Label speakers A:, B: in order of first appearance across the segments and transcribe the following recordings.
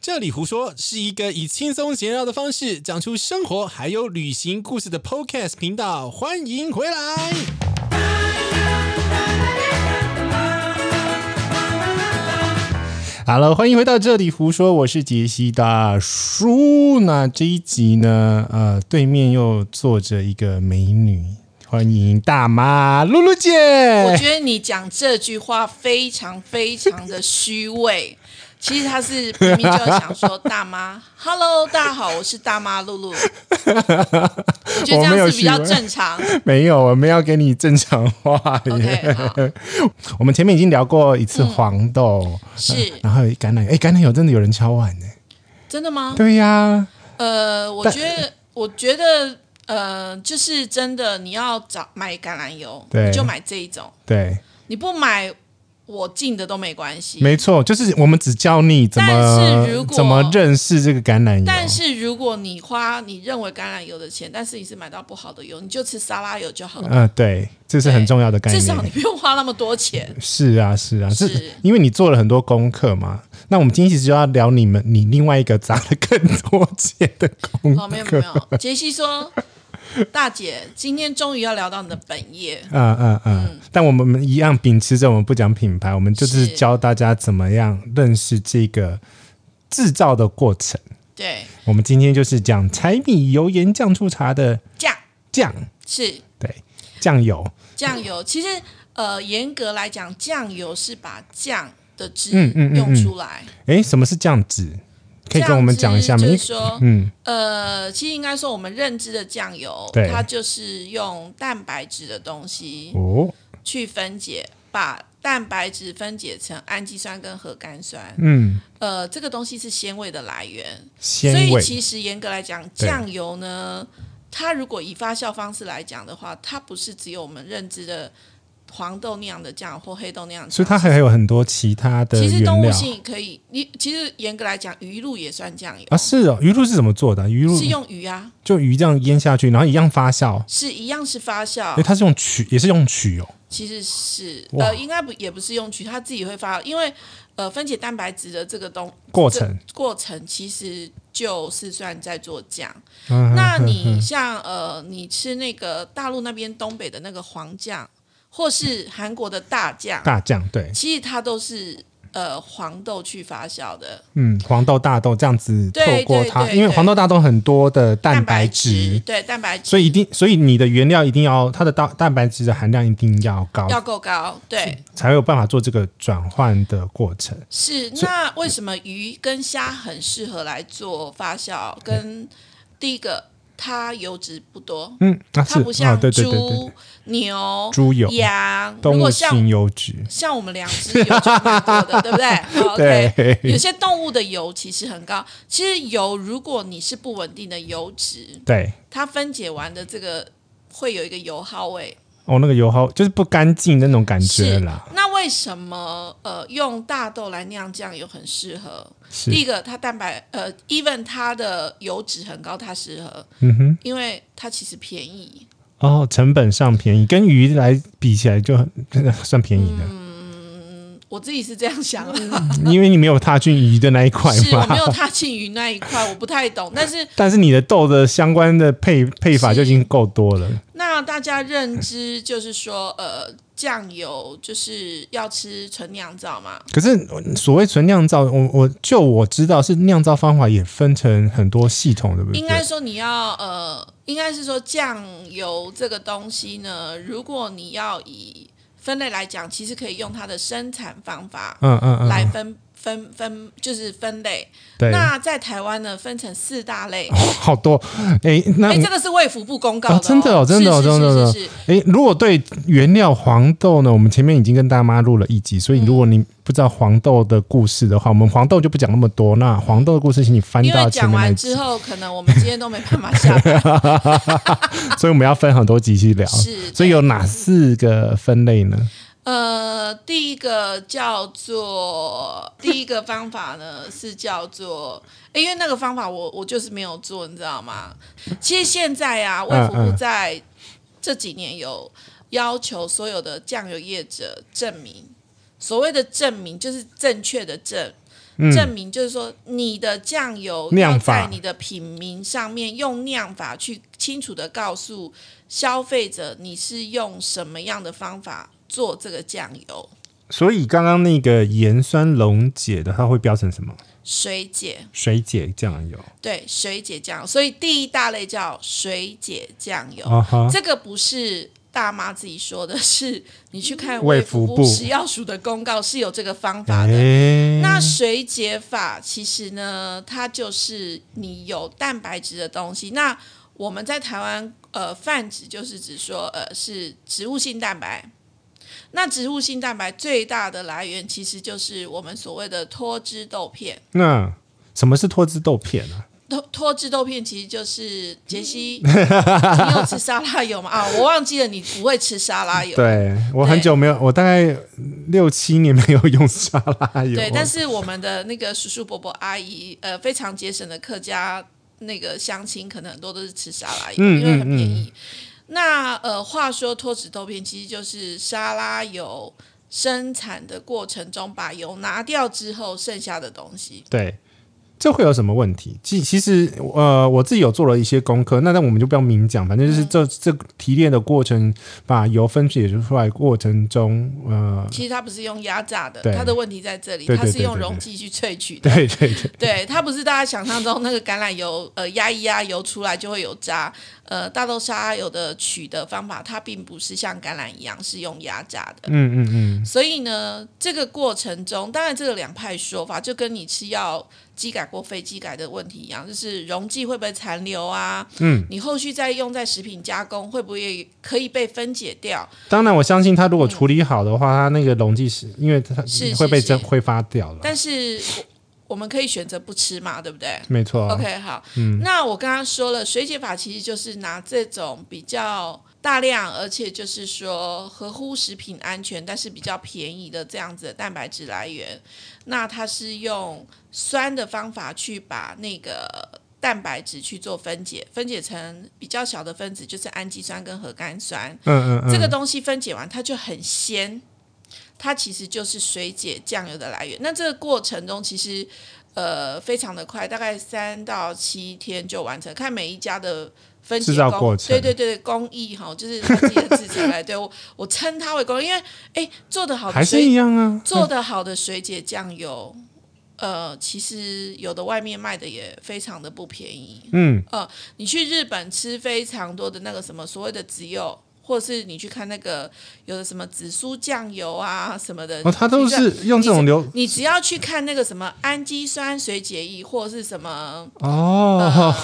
A: 这里胡说是一个以轻松闲聊的方式讲出生活还有旅行故事的 Podcast 频道，欢迎回来。好了，欢迎回到这里胡说，我是杰西大叔。那这一集呢，呃，对面又坐着一个美女，欢迎大妈露露姐。
B: 我觉得你讲这句话非常非常的虚伪。其实他是明明就想说大妈，Hello，大家好，我是大妈露露。我觉得这样是比较正常。
A: 没有，我们要给你正常话耶。
B: OK，好， 嗯
A: 我们前面已经聊过一次黄豆，
B: 是
A: 然后有橄榄油，哎，橄榄油真的有人敲碗呢。
B: 真的吗？
A: 对呀、
B: 呃，我觉得，我觉得，呃，就是真的，你要找买橄榄油，
A: 对
B: 你就买这一种，
A: 对，
B: 你不买我进的都没关系。
A: 没错，就是我们只教你怎
B: 但是
A: 么
B: 如果
A: 怎么认识这个橄榄油。
B: 但是如果你花你认为橄榄油的钱，但是你是买到不好的油，你就吃沙拉油就好了。
A: 嗯、对，这是很重要的概
B: 至少你
A: 念。
B: 不用花那么多钱。
A: 是啊，是啊，是
B: 是
A: 因为你做了很多功课嘛。那我们今天其实就要聊你们，你另外一个砸了更多钱的功课。
B: 哦，没有没有没有，杰西说，大姐，今天终于要聊到你的本业，
A: 嗯嗯嗯，但我们一样秉持着我们不讲品牌，我们就是
B: 是
A: 教大家怎么样认识这个制造的过程。
B: 对，
A: 我们今天就是讲柴米油盐酱醋茶的
B: 酱
A: 酱，
B: 是
A: 对，酱油，
B: 酱油，其实呃，严格来讲，酱油是把酱的汁
A: 嗯嗯嗯嗯
B: 用出来。
A: 诶，什么是酱汁？可以跟我们讲一下吗？
B: 酱
A: 因
B: 汁
A: 为
B: 就是说，
A: 嗯，
B: 呃，其实应该说我们认知的酱油
A: 对，
B: 它就是用蛋白质的东西
A: 哦，
B: 去分解，把蛋白质分解成氨基酸跟核苷酸。
A: 嗯，
B: 呃，这个东西是鲜味的来源。所
A: 鲜
B: 以
A: 味，
B: 其实严格来讲，
A: 对
B: 酱油呢，它如果以发酵方式来讲的话，它不是只有我们认知的黄豆那样的酱或黑豆那样的酱。
A: 所以它还有很多其他的
B: 其
A: 原
B: 实动物
A: 料
B: 性可以，你其实严格来讲，鱼露也算酱油，
A: 啊。是哦，鱼露是怎么做的啊？鱼露
B: 是用啊鱼啊，
A: 就鱼这样腌下去，然后一样发酵。
B: 是一样是发
A: 诶，
B: 酵，
A: 它是用曲，也是用曲哦。
B: 其实是
A: 哇
B: 呃，应该不也不是用曲，它自己会发，因为呃分解蛋白质的这个东
A: 过程，
B: 过程其实就是算在做酱。
A: 嗯
B: 那你像呃，你吃那个大陆那边东北的那个黄酱，或是韩国的大酱，
A: 大酱对，
B: 其实它都是呃黄豆去发酵的
A: 嗯，黄豆、大豆这样子透
B: 对
A: 过
B: 对
A: 它，
B: 对
A: 因为
B: 对
A: 黄豆、大豆很多的蛋白质，
B: 对蛋白质，
A: 所以一定，所以你的原料一定要它的蛋蛋白质的含量一定要高，
B: 要够高。对，
A: 才有办法做这个转换的过程。
B: 是。那为什么鱼跟虾很适合来做发酵？跟第一个，它油脂不多，
A: 嗯，那、是
B: 它不
A: 啊，
B: 像
A: 对对对对，
B: 猪、牛、
A: 猪油、
B: 羊，如
A: 动物
B: 果像
A: 性油脂，
B: 像我们两只油就蛮多 的，对不对好？OK，
A: 对
B: 有些动物的油其实很高。其实油，如果你是不稳定的油脂，
A: 对，
B: 它分解完的这个会有一个油耗味。
A: 哦，那个油耗就是不干净那种感觉
B: 是
A: 啦，
B: 那为什么呃用大豆来酿酱油很适合？
A: 是
B: 第一个，它蛋白呃，even 它的油脂很高，它适合，
A: 嗯哼，
B: 因为它其实便宜。
A: 哦，成本上便宜，跟鱼来比起来就很算便宜的，
B: 我自己是这样想的，
A: 因为你没有踏进鱼的那一块
B: 嗯是我没
A: 嘛。
B: 有踏进鱼那一块，我不太懂，但是
A: 但是你的豆的相关的配配法就已经够多了，
B: 那大家认知就是说，呃，酱油就是要吃纯酿造嘛，
A: 可是所谓纯酿造，我我就我知道是酿造方法也分成很多系统，对不对？
B: 应该说你要呃，应该是说酱油这个东西呢，如果你要以分类来讲，其实可以用它的生产方法
A: 嗯嗯嗯，
B: 来分分分，就是分类。
A: 对，
B: 那在台湾呢，分成四大类。
A: 好多哎，那
B: 哎，
A: 哎、
B: 这个是卫福部公告的、
A: 哦真的哦真的哦
B: 是是
A: 真的哦
B: 是是是
A: 如果对原料黄豆呢，我们前面已经跟大妈录了一集，所以如果你不知道黄豆的故事的话，我们黄豆就不讲那么多。那黄豆的故事，请你翻
B: 因
A: 到
B: 为
A: 前
B: 讲
A: 面那一
B: 完
A: 集
B: 之，后，可能我们今天都没办法下班。
A: 所以我们要分很多集去聊。
B: 是，
A: 所以有哪四个分类呢？
B: 呃，第一个叫做第一个方法呢是叫做，诶因为那个方法我我就是没有做，你知道吗？其实现在啊，卫福部
A: 嗯
B: 在这几年有要求所有的酱油业者证明，所谓的证明就是正确的证，证明就是说你的酱油要
A: 嗯酿法
B: 在你的品名上面用酿法去清楚的告诉消费者你是用什么样的方法做这个酱油
A: 所以刚刚那个盐酸溶解的，它会标成什么？
B: 水解，
A: 水解酱油
B: 对水解酱油，所以第一大类叫水解酱油。
A: 啊哈，
B: 这个不是大妈自己说的，是你去看
A: 卫
B: 卫福
A: 福部
B: 食药署的公告是有这个方法的。
A: 哎，
B: 那水解法其实呢，它就是你有蛋白质的东西。那我们在台湾，呃，泛指就是指说，呃，是植物性蛋白。那植物性蛋白最大的来源其实就是我们所谓的脱脂豆片。
A: 那什么是脱脂豆片啊？
B: 脱脱脂豆片其实就是杰西，你有吃沙拉油吗？啊，我忘记了，你不会吃沙拉油。
A: 对我很久没有，我大概六七年没有用沙拉油。
B: 对，但是我们的那个叔叔伯伯阿姨，呃，非常节省的客家那个乡亲，可能很多都是吃沙拉油，
A: 嗯
B: 因为很便宜。那呃，话说脱脂豆片其实就是沙拉油生产的过程中把油拿掉之后剩下的东西。
A: 对，这会有什么问题？其其实呃，我自己有做了一些功课，那那我们就不要明讲，反正
B: 嗯
A: 就是这、这提炼的过程，把油分解出来过程中，呃，
B: 其实它不是用压榨的
A: 对，
B: 它的问题在这里，
A: 对对
B: 它是
A: 对
B: 用
A: 对对
B: 溶剂去萃取的。
A: 对对对，
B: 对，它不是大家想象中那个橄榄油，呃，压一压油出来就会有渣。呃，大豆沙拉油的取的方法，它并不是像橄榄一样是用压榨的。
A: 嗯嗯嗯，
B: 所以呢，这个过程中，当然这个两派说法，就跟你吃药机改或非机改的问题一样，就是溶剂会不会残留啊？嗯，你后续再用在食品加工，会不会可以被分解掉？
A: 当然我相信它如果处理好的话，它那个溶剂是因为它
B: 是是
A: 会被蒸
B: 是
A: 挥发掉了，
B: 但是我我们可以选择不吃嘛，对不对？
A: 没错。
B: OK，好，那我刚刚说了，水解法其实就是拿这种比较大量，而且就是说合乎食品安全，但是比较便宜的这样子的蛋白质来源。那它是用酸的方法去把那个蛋白质去做分解，分解成比较小的分子，就是氨基酸跟核苷酸。
A: 嗯嗯嗯，
B: 这个东西分解完，它就很鲜，它其实就是水解酱油的来源。那这个过程中，其实呃非常的快，大概三到七天就完成，看每一家的。分解
A: 制造
B: 工
A: 过程
B: 对对对，工艺哈，就是他自己的制作来。对我，我称它为工艺，因为哎，做的好
A: 还
B: 的
A: 是一
B: 水，
A: 样啊，
B: 做的好的水解酱油，呃，其实有的外面卖的也非常的不便宜。呃
A: 嗯，
B: 你去日本吃非常多的那个什么所谓的紫柚，或是你去看那个有的什么紫苏酱油啊什么的，
A: 哦，它都
B: 你只
A: 是
B: 要
A: 用这种流
B: 你只要去看那个什么氨基酸水解液或是什么
A: 哦，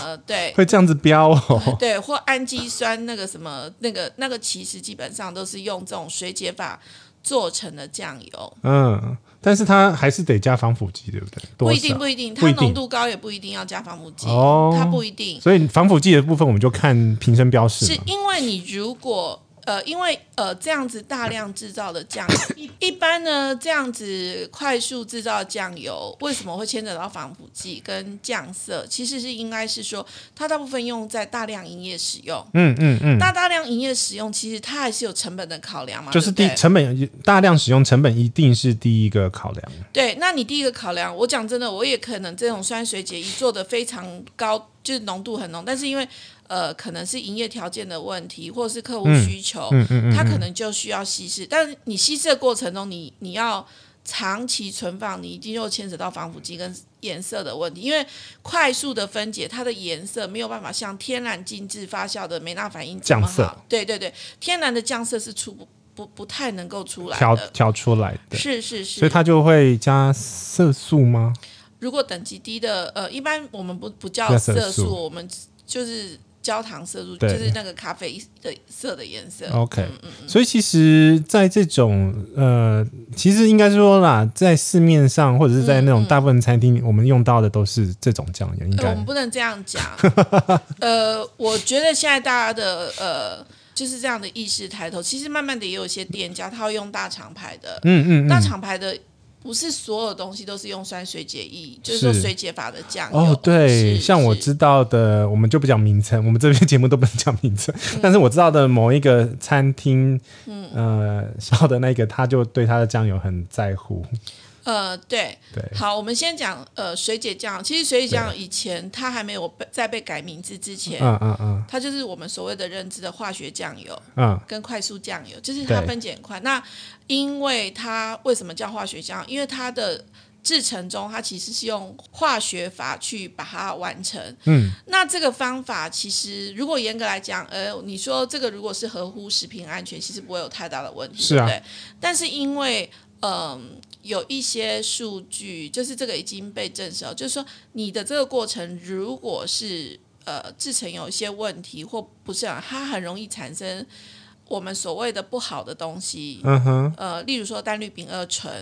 B: 呃对。
A: 会这样子标 哦，
B: 对，或氨基酸那个什么那个那个，其实基本上都是用这种水解法做成的酱油，
A: 嗯，但是它还是得加防腐剂，对不对？多
B: 不
A: 少
B: 一定不一定，
A: 不
B: 它
A: 一定
B: 浓度高也不一定要加防腐剂，
A: 哦
B: 它不一定。
A: 所以防腐剂的部分，我们就看瓶身标示
B: 是
A: 嘛。
B: 因为你如果呃，因为呃这样子大量制造的酱 油，一一般呢这样子快速制造的酱油，为什么会牵扯到防腐剂跟酱色？其实是应该是说，它大部分用在大量营业使用。
A: 嗯嗯嗯，
B: 那大量营业使用，其实它还是有成本的考量嘛，
A: 就是
B: 对
A: 第
B: 不对
A: 成本大量使用成本一定是第一个考量。
B: 对，那你第一个考量，我讲真的，我也可能这种酸水解液做的非常高，就是浓度很浓，但是因为呃，可能是营业条件的问题，或是客户需求，
A: 嗯嗯嗯
B: 它可能就需要稀释。但是你稀释的过程中，你你要长期存放，你一定又牵扯到防腐剂跟颜色的问题，因为快速的分解，它的颜色没有办法像天然静置发酵的美纳反应这么
A: 酱色
B: 好。对对对，天然的酱色是出不不不太能够出来
A: 调
B: 的。
A: 调出来的，
B: 是嗯是是，
A: 所以它就会加色素吗？
B: 如果等级低的，呃，一般我们不不叫
A: 叫色
B: 色素，
A: 素
B: 我们就是焦糖色素，就
A: 对哦
B: 是那个咖啡的色的颜色。
A: OK，所以其实，在这种呃，其实应该说啦，在市面上或者是在那
B: 嗯
A: 种大部分餐厅，我们用到的都是这种酱油，应
B: 呃，
A: 该
B: 我们不能这样 讲。呃，我觉得现在大家的呃就是这样的意识抬头，其实慢慢的也有一些店家他会用大厂牌的，
A: 嗯嗯
B: 大
A: 嗯，
B: 厂牌的。不是所有东西都是用酸水解液，就是说
A: 是
B: 水解法的酱油。
A: 哦，对，
B: 是
A: 像我
B: 是
A: 知道的，我们就不讲名称，我们这边 节目都不能讲名称。
B: 嗯
A: 但是我知道的某一个餐厅，呃，烧的那个，他就对他的酱油很在乎。
B: 呃，对，
A: 对
B: 好，我们先讲呃水姐酱。其实水姐酱以前它还没有被在被改名字之前，
A: 嗯嗯嗯
B: 它就是我们所谓的认知的化学酱油
A: 嗯，
B: 跟快速酱油，就是它
A: 对
B: 分解很快。那因为它为什么叫化学酱？因为它的制成中，它其实是用化学法去把它完成。
A: 嗯，
B: 那这个方法其实如果严格来讲，呃，你说这个如果是合乎食品安全，其实不会有太大的问题，
A: 是啊
B: 对不对？但是因为嗯、有一些数据，就是这个已经被证实了，就是说你的这个过程如果是呃制成有一些问题或不是很，它很容易产生我们所谓的不好的东西。
A: 嗯哼，
B: 呃，例如说单氯丙二醇，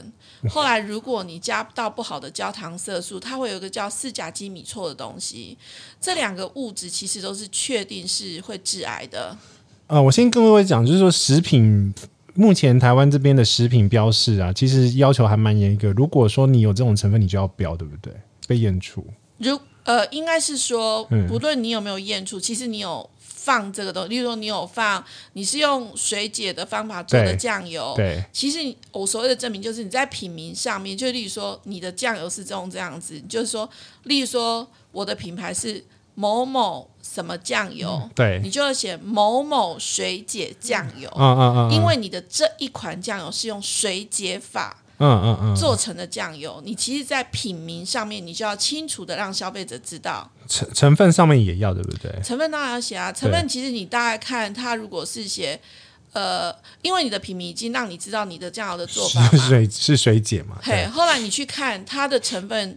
B: 后来如果你加到不好的焦糖色素，它会有一个叫四甲基米唑的东西。这两个物质其实都是确定是会致癌的。
A: 呃，我先跟各位讲，就是说食品。目前台湾这边的食品标示啊，其实要求还蛮严格。如果说你有这种成分，你就要标，对不对？被验出。
B: 如呃，应该是说
A: 嗯，
B: 不论你有没有验出，其实你有放这个东西，例如说你有放，你是用水解的方法做的
A: 对
B: 酱油。
A: 对，
B: 其实你我所谓的证明，就是你在品名上面，就例如说你的酱油是这种这样子，就是说，例如说我的品牌是某某什么酱油，
A: 嗯对，
B: 你就要写某某水解酱油，
A: 嗯嗯嗯，
B: 因为你的这一款酱油是用水解法
A: 嗯嗯嗯，
B: 做成的酱油，你其实，在品名上面，你就要清楚的让消费者知道
A: 成成分上面也要，对不对？
B: 成分，当然要写啊。成分其实你大概看它，如果是写呃，因为你的品名已经让你知道你的酱油的做法
A: 是
B: 嘛，
A: 水是水解嘛？
B: 嘿，
A: 对，
B: 后来你去看它的成分，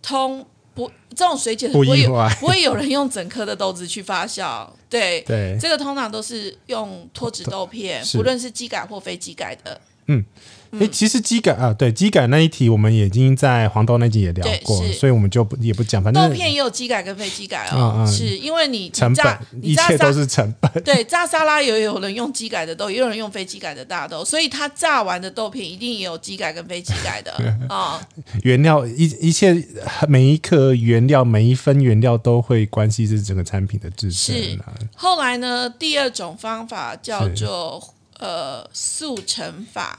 B: 通不这种水解的
A: 不
B: 不会
A: 意
B: 有
A: 外。
B: 不会有人用整颗的豆子去发酵，对。
A: 对，
B: 这个通常都是用脱脂豆片，
A: 是
B: 不论是机改或非机改的，嗯
A: 诶，其实机改啊，对机改那一题，我们已经在黄豆那集也聊
B: 对
A: 过，
B: 是
A: 所以我们就不也不讲，反
B: 豆
A: 正
B: 片也有机改跟非机改
A: 嗯
B: 哦，
A: 嗯
B: 是因为你
A: 成
B: 你
A: 本
B: 炸
A: 一
B: 你炸
A: 切都
B: 沙
A: 是成本。
B: 对炸沙拉也有人用机改的豆，也有人用非机改的大豆，所以它炸完的豆片一定也有机改跟非机 改的啊、
A: 原料一一切每一颗原料每一分原料都会关系是整个产品的制成啊。
B: 后来呢，第二种方法叫做呃速成法。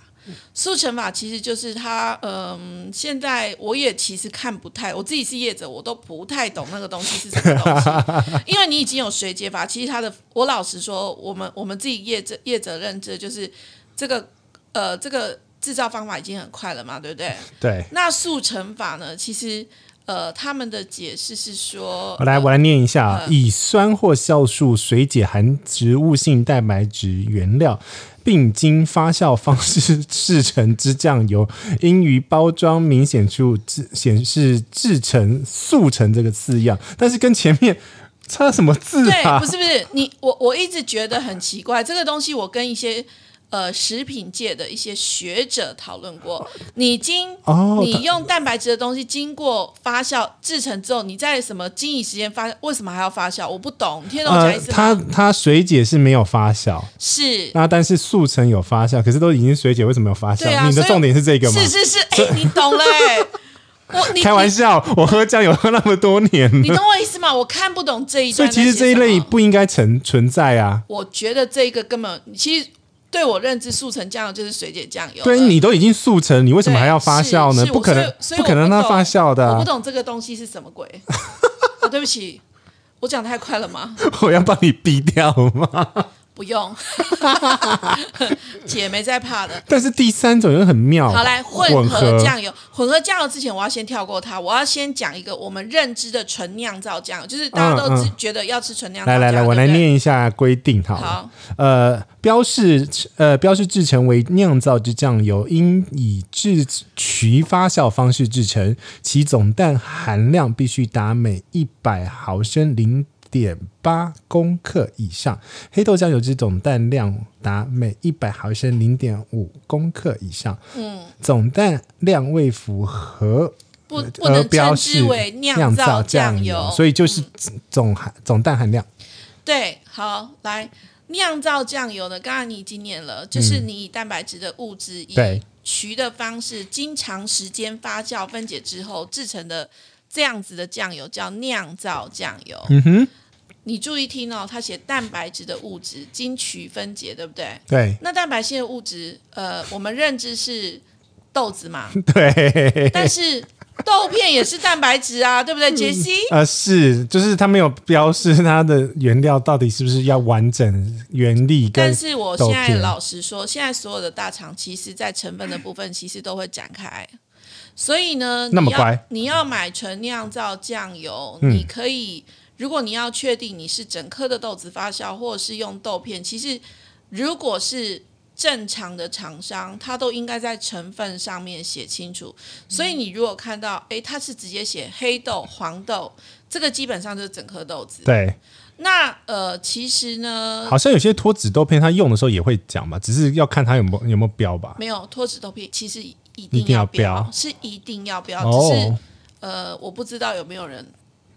B: 速成法其实就是它，嗯，现在我也其实看不太，我自己是业者，我都不太懂那个东西是什么东西，因为你已经有水解法，其实它的，我老实说，我们我们自己业者业者认知就是这个，呃，这个制造方法已经很快了嘛，对不对？
A: 对，
B: 那速成法呢，其实呃，他们的解释是说，
A: 我来我来念一下啊，
B: 嗯
A: 以酸或酵素水解含植物性蛋白质原料。并经发酵方式制成之酱油， 应于包装明显处制显示“制成速成”这个字样，但是跟前面差什么字
B: 对，
A: 啊
B: 不？是不是，你我我一直觉得很奇怪，这个东西我跟一些呃食品界的一些学者讨论过，你经。
A: 哦，
B: 你用蛋白质的东西经过发酵制成之后，你在什么经营时间发？为什么还要发酵？我不懂，你听得懂我讲
A: 呃
B: 意，思吗？
A: 它它水解是没有发酵，
B: 是
A: 那但是速成有发酵，可是都已经水解，为什么有发酵？
B: 对啊
A: 你的
B: 所以
A: 重点是这个吗？
B: 是是是，哎、你懂了、哎，我你
A: 开玩
B: 你
A: 笑，我喝酱油喝那么多年
B: 你
A: 了，
B: 懂我意思吗？我看不懂这一
A: 所
B: 段
A: 以
B: 在
A: 其
B: 写啊什么。
A: 实这一类不应该存存在啊。
B: 我觉得这一个根本其实对我认知速成酱油就是水解酱油了。
A: 对你都已经速成，你为什么
B: 呃对
A: 还要发酵呢
B: 是？是
A: 不可能
B: 我所以所以，我
A: 不可能让它
B: 不懂
A: 发酵的
B: 我不
A: 啊。
B: 懂这个东西是什么鬼。啊，对不起，我讲太快了 吗？
A: 我要帮你逼掉 吗？
B: 不用，姐没在怕的。
A: 但是第三种又很妙，
B: 好，来
A: 混
B: 混
A: 合
B: 合酱油。混合酱油之前，我要先跳过它，我要先讲一个我们认知的纯酿造酱油，就是大家都
A: 嗯
B: 知
A: 嗯
B: 觉得要吃纯酿造
A: 来
B: 酱油。
A: 来来，我来
B: 对不对。
A: 念一下规定好了。
B: 好，
A: 呃，标示呃标示制成为酿造之酱油，应以制取发酵方式制成，其总氮含量必须达每一百毫升零点八公克以上。黑豆酱油之总氮量达每一百毫升零点五公克以上，
B: 嗯，
A: 总氮量未符合。
B: 不不
A: 而
B: 能
A: 标
B: 称之
A: 示
B: 为
A: 酿
B: 造
A: 酱
B: 酱油，嗯
A: 所以就是总含、总氮含量。
B: 对，好，来酿造酱油呢，刚刚你已经念了，就是你以蛋白质的物质以
A: 嗯对
B: 渠的方式，经长时间发酵分解之后制成的这样子的酱油叫酿造酱油。
A: 嗯哼，
B: 你注意听哦，它写蛋白质的物质经渠分解，对不对？
A: 对，
B: 那蛋白性的物质，呃，我们认知是豆子嘛，
A: 对，
B: 但是豆片也是蛋白质啊，对不对，杰西？
A: 呃，是，就是它没有标示它的原料到底是不是要完整原力跟，
B: 但是我现在老实说，现在所有的大厂其实在成分的部分其实都会展开，所以呢，
A: 那么
B: 你要
A: 乖
B: 你要买纯酿造酱油，
A: 嗯
B: 你可以，如果你要确定你是整颗的豆子发酵，或者是用豆片，其实如果是。正常的厂商，它都应该在成分上面写清楚。所以你如果看到，诶，它是直接写黑豆、黄豆，这个基本上就是整颗豆子。
A: 对，
B: 那呃，其实呢，
A: 好像有些脱脂豆片它用的时候也会讲嘛，只是要看它有没有有没有标吧。
B: 没有脱脂豆片，其实一
A: 一
B: 定
A: 定要
B: 要标，
A: 标
B: 是一定要标，只是
A: 哦，
B: 呃，我不知道有没有人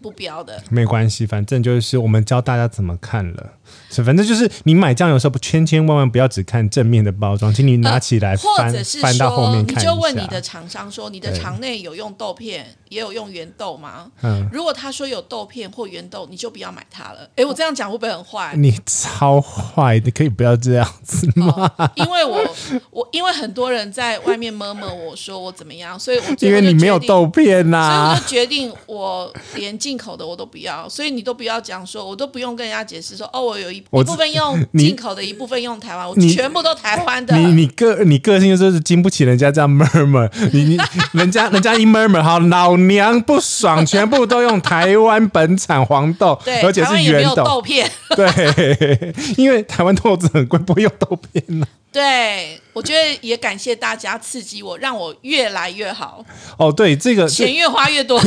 B: 不标的。
A: 没关系，反正就是我们教大家怎么看了。是，反正就是你买酱油的时候，千千万万不要只看正面的包装，请你拿起来
B: 呃或
A: 翻、
B: 者是
A: 翻到后
B: 说，
A: 面
B: 你
A: 看一
B: 就
A: 下。
B: 问你的厂商说，你的
A: 对
B: 厂内有用豆片，也有用原豆吗？
A: 嗯，
B: 如果他说有豆片或原豆，你就不要买它了。诶，我这样讲会不会很坏？
A: 你超坏，你可以不要这样子吗？
B: 哦、因为我我因为很多人在外面摸摸我说我怎么样，所以我最
A: 因
B: 后
A: 为
B: 就
A: 你没有
B: 决定
A: 豆片呐、
B: 所以我就决定，我连进口的我都不要，所以你都不要讲说，我都不用跟人家解释说，哦，我有一
A: 我
B: 一
A: 知
B: 部分用
A: 你
B: 进口的，一部分用台湾，我
A: 你
B: 全部都台湾的。
A: 你你个你个性就是经不起人家这样 murmur，你你人家人家一 murmur，好老娘不爽，全部都用台湾本产黄豆
B: 对，，
A: 而且
B: 台
A: 是
B: 湾也没
A: 原
B: 有
A: 豆，
B: 豆片。
A: 对，因为台湾豆子很贵，不会用豆片啊呐、
B: 对，我觉得也感谢大家刺激我，让我越来越 好，
A: 哦，对，这个
B: 钱越花越多。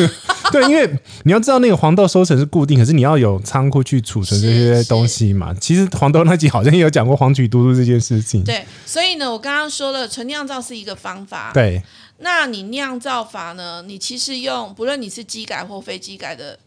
A: 对，因为你要知道那个黄豆收成是固定，可是你要有仓库去储存这
B: 是
A: 些
B: 是
A: 东西嘛。其实黄豆那集好像也有讲过黄曲毒素这件事情。
B: 对，所以呢，我刚刚说了，纯酿造是一个方法。
A: 对
B: 那你酿造法呢？你其实用不论你是机改或非机改的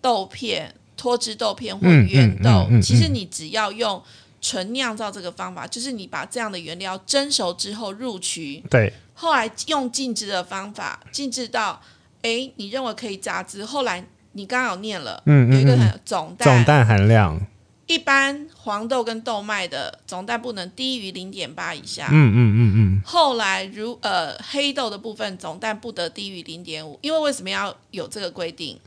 B: 豆片、脱脂豆片或
A: 嗯
B: 原豆，
A: 嗯嗯嗯嗯
B: 其实你只要用纯酿造这个方法，就是你把这样的原料蒸熟之后入曲，
A: 对
B: 后来用静置的方法静置到，哎，你认为可以榨汁。后来你刚好念了，
A: 嗯嗯
B: 有一个
A: 嗯
B: 很总蛋，
A: 总蛋含量，
B: 一般黄豆跟豆麦的总蛋不能低于零点八以下。
A: 嗯嗯嗯
B: 后来如呃黑豆的部分总蛋不得低于零点五，因为为什么要有这个规定？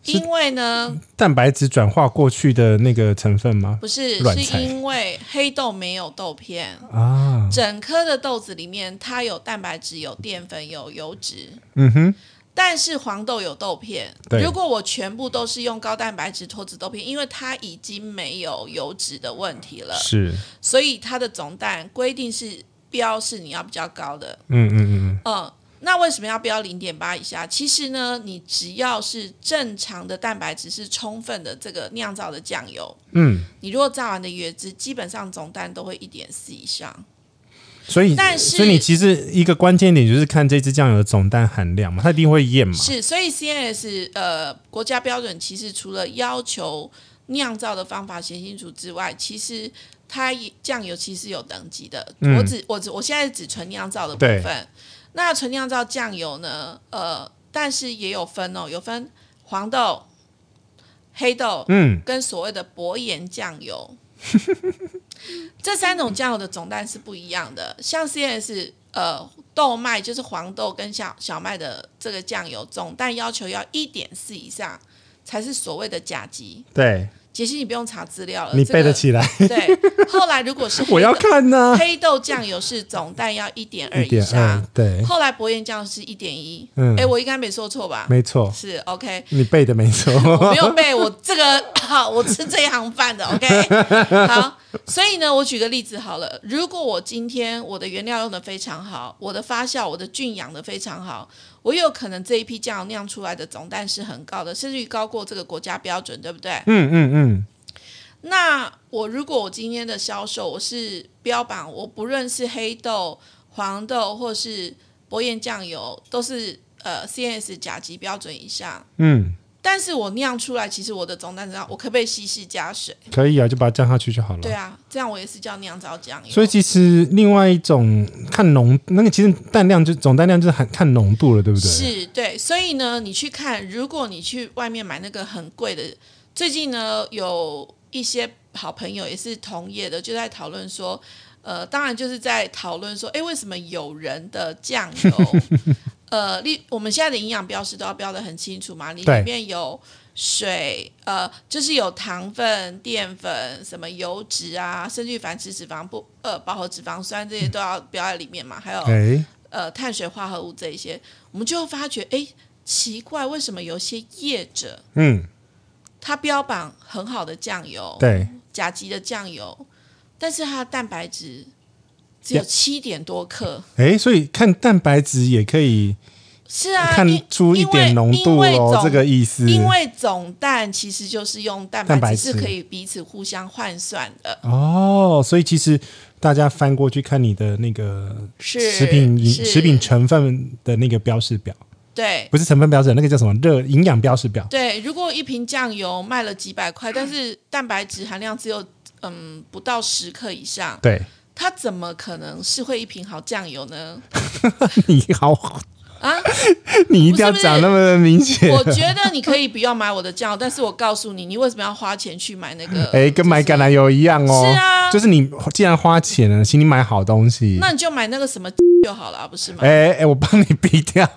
A: 是
B: 因为呢
A: 嗯，，蛋白质转化过去的那个成分吗？
B: 不是
A: 软
B: 是
A: 菜
B: 因为黑豆没有豆片，
A: 啊，
B: 整颗的豆子里面它有蛋白质、有淀粉、有油脂，
A: 嗯哼，
B: 但是黄豆有豆片。
A: 对
B: 如果我全部都是用高蛋白质脱脂豆片，因为它已经没有油脂的问题了，
A: 是，
B: 所以它的总蛋规定是标示你要比较高的。
A: 嗯嗯嗯
B: 嗯，那为什么要标零点八以下？其实呢，你只要是正常的蛋白质是充分的这个酿造的酱油，
A: 嗯，
B: 你如果榨完的椰汁，基本上总蛋都会一点四以上。
A: 所以
B: 但是
A: 所以你其实一个关键点就是看这支酱油的总蛋含量嘛，它一定会验嘛。
B: 是，所以 CNS 呃国家标准其实除了要求酿造的方法写清楚之外，其实它也酱油其实有等级的。
A: 嗯
B: 我只我只我现在只纯酿造的部
A: 对
B: 分。那纯酿造酱油呢？呃，但是也有分哦，有分黄豆、黑豆
A: 嗯，
B: 跟所谓的薄盐 酱油。这三种酱油的总蛋是不一样的，像 CNS 呃豆麦就是黄豆跟小小麦的这个酱油总蛋要求要一点四以上才是所谓的甲级。
A: 对，
B: 杰西，你不用查资料了，
A: 你
B: 这
A: 背得
B: 个
A: 起来，
B: 对。后来如果是黑
A: 我要
B: 豆
A: 看呐、
B: 黑豆酱油是总蛋要一点二
A: 一
B: 以
A: 点二
B: 上，，
A: 对，
B: 后来薄盐酱油是一点一。
A: 嗯
B: 哎，我应该没说错吧？
A: 没错，
B: 是 OK。
A: 你背的没 错。
B: 我没有背，我这个好，我吃这一行饭的，OK。好， 所以呢，我举个例子好了，如果我今天我的原料用的非常好，我的发酵、我的菌养的非常好，我有可能这一批酱油酿出来的总蛋是很高的，甚至于高过这个国家标准，对不对？
A: 嗯嗯嗯，
B: 那我如果我今天的销售我是标榜，我不论是黑豆、黄豆或是薄盐酱油，都是呃 CNS 甲级标准以上。
A: 嗯，
B: 但是我酿出来，其实我的总蛋上，我可不可以稀释加水？
A: 可以啊，就把它降下去就好了。
B: 对啊，这样我也是叫酿造酱油。
A: 所以其实另外一种看浓，那个其实氮量就总氮量就是看看浓度了，对不对？，
B: 是对，所以呢，你去看，如果你去外面买那个很贵的，最近呢有一些好朋友也是同业的，就在讨论说，呃，当然就是在讨论说，哎，为什么有人的酱 油，呃，例我们现在的营养标识都要标的很清楚嘛，你
A: 对
B: 里面有水，呃，就是有糖分、淀粉、什么油脂啊，甚至于反式脂肪不呃饱和脂肪酸这些都要标在里面嘛，还有
A: 哎，
B: 呃碳水化合物这一些，我们就发觉，哎，奇怪，为什么有些业者
A: 嗯，
B: 他标榜很好的酱油，
A: 对，
B: 甲级的酱油，但是它的蛋白质只有七点多克。
A: 哎，所以看蛋白质也可以
B: 是啊，
A: 看
B: 因
A: 出一点浓度
B: 因为因为
A: 哦，
B: 总
A: 这个意思。
B: 因为总蛋其实就是用蛋
A: 蛋白
B: 白
A: 质
B: 质是可以彼此互相换算的，
A: 哦，所以其实大家翻过去看你的那个
B: 是
A: 食品
B: 是
A: 食品成分的那个标示表，
B: 对。
A: 不是成分标准，那个叫什么热营养标示表。
B: 对，如果一瓶酱油卖了几百块，但是蛋白质含量只有嗯不到十克以上，
A: 对，
B: 它怎么可能是会一瓶好酱油呢？
A: 你好，
B: 啊，
A: 你一定要讲那么的明显。
B: 我觉得你可以不要买我的酱油，但是我告诉你，你为什么要花钱去买那个？
A: 哎，跟买
B: 就是
A: 橄榄油一样哦，
B: 是啊
A: 就是你既然花钱了，请你买好东西。
B: 那你就买那个什么就好了，不是吗？
A: 哎哎，我帮你避 掉。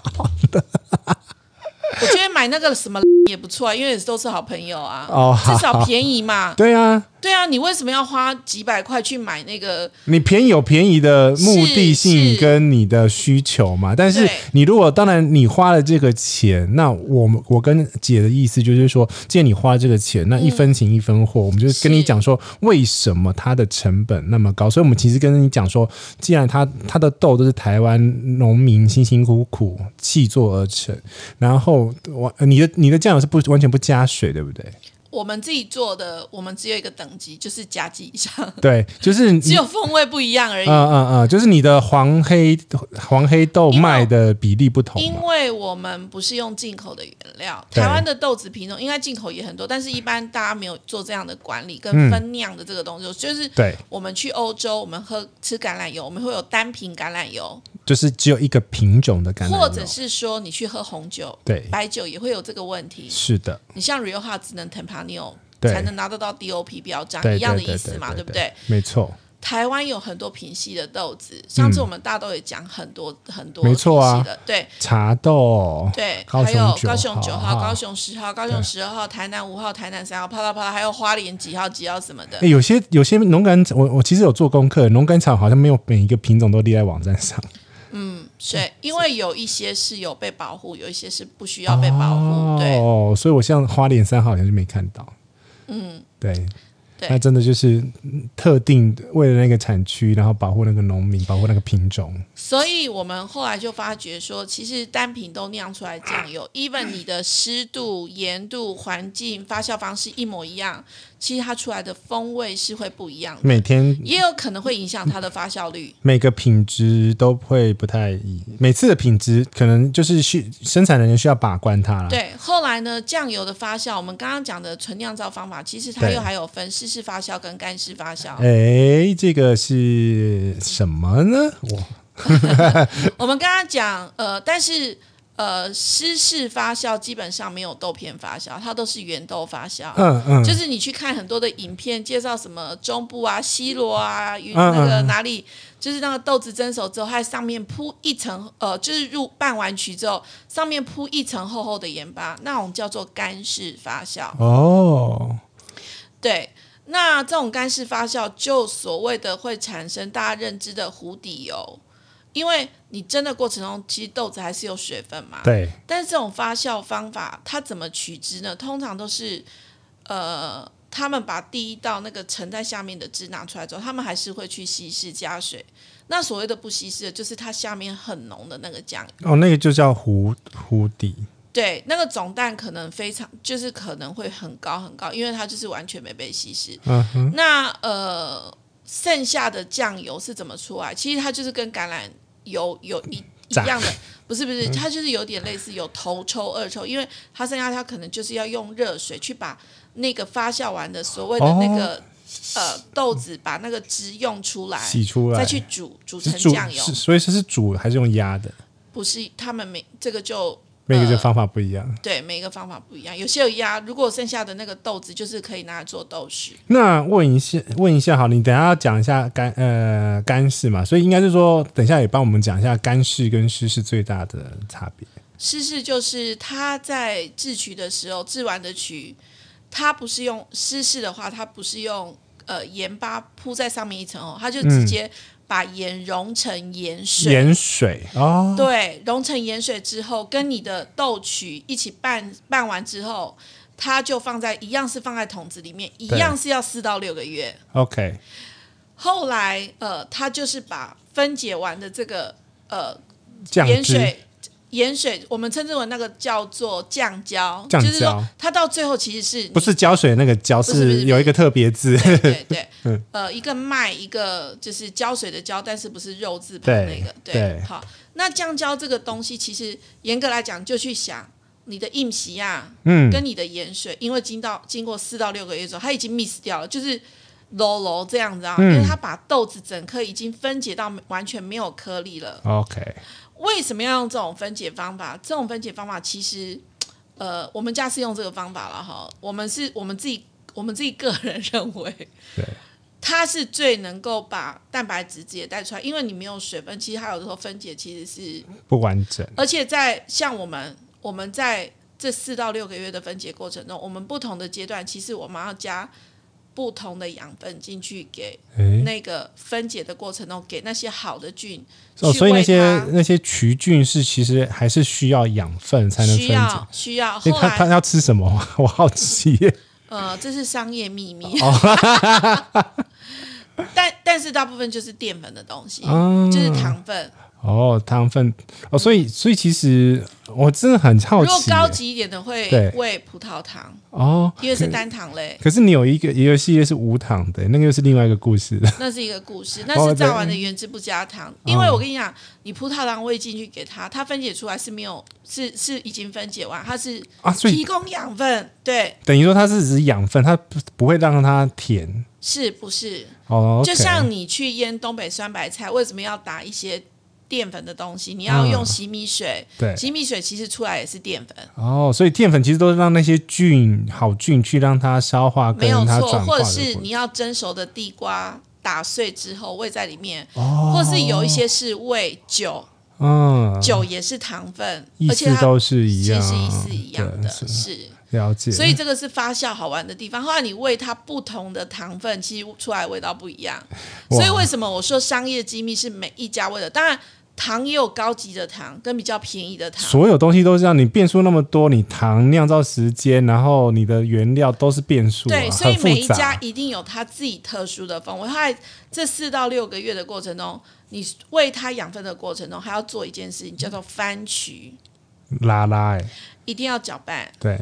B: 我觉得买那个什么也不错啊，因为都是好朋友啊，
A: 哦好
B: 至少便宜嘛。
A: 对啊，
B: 对啊，你为什么要花几百块去买那个？
A: 你便宜有便宜的目的性
B: 是
A: 跟你的需求嘛，但是
B: 对
A: 你如果当然你花了这个钱，那我们我跟姐的意思就是说，既然你花了这个钱，那一分钱一分货，我们就是跟你
B: 是
A: 讲说为什么它的成本那么高，所以我们其实跟你讲说，既然它它的豆都是台湾农民辛辛苦苦砌作而成，然后我你的你的酱油是不完全不加水，对不对？
B: 我们自己做的，我们只有一个等级，就是甲级以上，
A: 对，就是你
B: 只有风味不一样而已。
A: 嗯嗯嗯，就是你的黄黑黄黑豆
B: 因为
A: 卖的比例不同
B: 因
A: 嘛。
B: 为我们不是用进口的原料，
A: 对
B: 台湾的豆子品种应该进口也很多，但是一般大家没有做这样的管理跟
A: 嗯
B: 分酿的这个东西，就是
A: 对，
B: 我们去欧洲，我们喝吃橄榄油，我们会有单瓶橄榄油，
A: 就是只有一个品种的橄榄油，
B: 或者是说你去喝红酒、
A: 对，
B: 白酒也会有这个问题。
A: 是的，
B: 你像 Rioja 只能 Tempranillo
A: 对
B: 才能拿得到 DOP 标章，
A: 对
B: 一样的
A: 对对
B: 意思嘛，
A: 对
B: 对不对？？
A: 没错，
B: 台湾有很多品系的豆子，上次我们大豆也讲很多很多
A: 没错啊
B: 品系的，对
A: 茶豆，
B: 对，
A: 高
B: 还
A: 雄
B: 有
A: 九
B: 高雄九
A: 号
B: 号、高雄十号、高雄十二号、台南五号、台南三号、啪啦啪啦，还有花莲几号几号什么的
A: 诶，。有些有些农感，我我其实有做功课，农感厂好像没有每一个品种都列在网站上，
B: 所
A: 哦
B: 以因为有一些是有被保护，有一些是不需要被保护，嗯对
A: 哦，所以我像花莲三号好像就没看到，嗯，对。
B: 对
A: 那真的就是嗯特定为了那个产区，然后保护那个农民，保护那个品种。
B: 所以我们后来就发觉说，其实单品都酿出来的酱油，even 你的湿度、盐度、环境、发酵方式一模一样，其实它出来的风味是会不一样的，
A: 每天
B: 也有可能会影响它的发酵率。
A: 每个品质都会不太一，每次的品质可能就是需生产人员需要把关它啦。，
B: 对，后来呢，酱油的发酵，我们刚刚讲的纯酿造方法，其实它
A: 对
B: 又还有分湿式发酵跟干式发酵。
A: 哎，这个是什么呢？哇，
B: 我们刚刚讲，呃，但是呃，湿式发酵基本上没有豆片发酵，它都是原豆发酵。
A: 嗯嗯，
B: 就是你去看很多的影片，介绍什么中部啊、西罗啊、云
A: 嗯
B: 那个
A: 嗯嗯
B: 哪里，就是那个豆子蒸熟之后，它在上面铺一层，呃，就是入拌完曲之后，上面铺一层厚厚的盐巴，那种叫做干式发酵。
A: 哦，
B: 对，那这种干式发酵就所谓的会产生大家认知的糊底油，因为你蒸的过程中，其实豆子还是有水分嘛。
A: 对，
B: 但是这种发酵方法，它怎么取汁呢？通常都是，呃，他们把第一道那个沉在下面的汁拿出来之后，他们还是会去稀释加水。那所谓的不稀释的，就是它下面很浓的那个酱油。
A: 哦，那个就叫湖湖底，
B: 对，那个总蛋可能非常，就是可能会很高很高，因为它就是完全没被稀释。
A: 嗯哼，
B: 那呃，剩下的酱油是怎么出来？其实它就是跟橄榄油有一一
A: 炸嗯
B: 样的，不是不是，它就是有点类似有头抽、二抽，因为它剩下它可能就是要用热水去把那个发酵完的所谓的那个、
A: 哦
B: 呃豆子把那个汁用出来，
A: 洗出来
B: 再去煮煮
A: 是
B: 成
A: 煮
B: 酱油
A: 是，所以是是煮还是用压的？
B: 不是他们没这个就。
A: 每个的方法不一样。
B: 对，每一个方法不一样，有些有压，如果剩下的那个豆子，就是可以拿来做豆豉。
A: 那问一下，问一下好，你等一下要讲一下干呃干式嘛，所以应该是说，等一下也帮我们讲一下干式跟湿式最大的差别。
B: 湿式就是它在制曲的时候，制完的曲，它不是用湿式的话，它不是用呃盐巴铺在上面一层哦，它就直接把盐溶成盐水。
A: 盐水哦，
B: 对，溶成盐水之后，跟你的豆曲一起拌拌完之后，它就放在一样是放在桶子里面，一样是要四到六个月。
A: OK，
B: 后来呃，它就是把分解完的这个呃
A: 酱
B: 盐
A: 汁
B: 水。盐水，我们称之为那个叫做酱胶，
A: 酱
B: 就是说
A: 胶
B: 它到最后其实是
A: 不是胶水那个胶，
B: 不是不是
A: 是有一个特别字。
B: 对对对，
A: 嗯
B: 呃，一个麦，一个就是胶水的胶，但是不是肉字旁
A: 对
B: 那个。对，
A: 对
B: 好，那酱胶这个东西，其实严格来讲，就去想你的硬皮啊，
A: 嗯，
B: 跟你的盐水，因为经到经过四到六个月之后，它已经 miss 掉了，就是揉揉这样子啊，
A: 嗯
B: 因为它把豆子整颗已经分解到完全没有颗粒了。
A: OK，
B: 为什么要用这种分解方法？这种分解方法其实，呃，我们家是用这个方法了哈。我们是我们自己，我们自己个人认为
A: 对，
B: 它是最能够把蛋白质直接带出来，因为你没有水分，其实它有的时候分解其实是，
A: 不完整。
B: 而且在像我们我们在这四到六个月的分解过程中，我们不同的阶段，其实我们要加不同的养分进去给
A: 诶，
B: 那个分解的过程中，给那些好的菌去
A: 哦，所以那
B: 喂
A: 些
B: 它
A: 那些曲菌是其实还是需要养分才能分
B: 需
A: 解
B: 要。需要，
A: 所以
B: 后
A: 它它
B: 来
A: 要吃什么？ 我好奇耶。
B: 呃，这是商业秘密。
A: 哦
B: 但但是大部分就是淀粉的东西，
A: 啊
B: 就是糖分。
A: 哦，糖分哦，所以所以其实我真的很好
B: 如果
A: 奇耶
B: 高级一点的会
A: 对
B: 喂葡萄糖，
A: 哦。
B: 因为是单糖类，
A: 可是你有一个也有一系列是无糖的，那个又是另外一个故事。
B: 那是一个故事，那
A: 哦
B: 是
A: 对哦
B: 造完的原汁不加糖。因为我跟你讲，你葡萄糖喂进去给它，它分解出来是没有，是是已经分解完，它是
A: 啊，所以
B: 提供养分，对，
A: 等于说它是指养分，它不不会让它甜
B: 是不是？
A: 哦。
B: 就
A: OK
B: 像你去腌东北酸白菜，为什么要打一些淀粉的东西？你要
A: 嗯
B: 用洗米水，
A: 对
B: 洗米水其实出来也是淀粉，
A: 哦，所以淀粉其实都是让那些菌好菌去让它消化跟
B: 没有
A: 它
B: 错。
A: 转化
B: 或
A: 的
B: 者
A: 过程，
B: 是你要蒸熟的地瓜打碎之后喂在里面，
A: 哦，
B: 或是有一些是喂酒，
A: 嗯，
B: 酒也是糖分，
A: 意
B: 而且
A: 思
B: 它
A: 都是一
B: 其
A: 样，
B: 实意思一样的，
A: 对是
B: 是。
A: 了解。
B: 所以这个是发酵好玩的地方。后来你喂它不同的糖分，其实出来味道不一样。
A: 哇
B: 所以为什么我说商业机密是每一家为了？当然，糖也有高级的糖跟比较便宜的糖。
A: 所有东西都是让你变数那么多，你糖酿造时间，然后你的原料都是变数、啊，
B: 对，所以
A: 很
B: 每
A: 复
B: 一家
A: 杂。
B: 一定有它自己特殊的风味。后来这四到六个月的过程中，你喂它养分的过程中，还要做一件事情，叫做翻曲，
A: 拉拉、欸，
B: 一定要搅拌。
A: 对，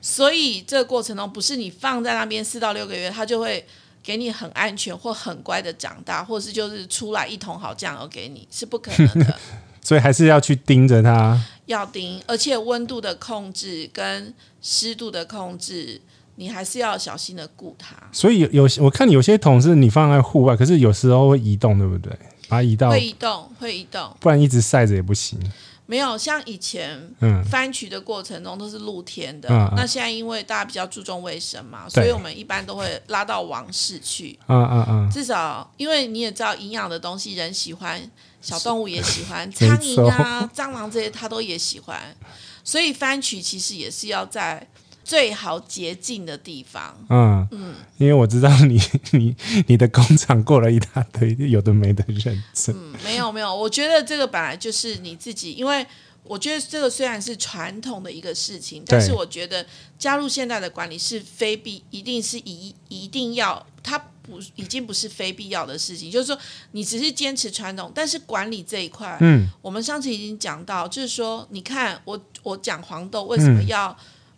B: 所以这个过程中，不是你放在那边四到六个月，它就会给你很安全或很乖的长大，或是就是出来一桶好酱油给你，是不可能的。
A: 所以还是要去盯着它。
B: 要盯，而且温度的控制跟湿度的控制，你还是要小心的顾它。
A: 所以有有些我看有些桶是你放在户外，可是有时候会移动，对不对？把它移到，
B: 会移动，会移动。
A: 不然一直晒着也不行。
B: 没有像以前
A: 嗯，
B: 翻曲的过程中都是露天的，
A: 嗯嗯
B: 那现在因为大家比较注重卫生嘛，
A: 对
B: 所以我们一般都会拉到王室去。
A: 啊啊啊，
B: 至少，因为你也知道，营养的东西人喜欢，小动物也喜欢，
A: 错
B: 苍蝇啊、蟑螂这些它都也喜欢，所以番曲其实也是要在最好洁净的地方。
A: 嗯嗯，因为我知道你 你你的工厂过了一大堆有的没的认证，
B: 嗯，没有没有，我觉得这个本来就是你自己，因为我觉得这个虽然是传统的一个事情，但是我觉得加入现代的管理是非必，一定是一一定要它。不，已经不是非必要的事情，就是说，你只是坚持传统，但是管理这一块，
A: 嗯，
B: 我们上次已经讲到，就是说，你看我我讲黄豆为什
A: 嗯
B: 么要、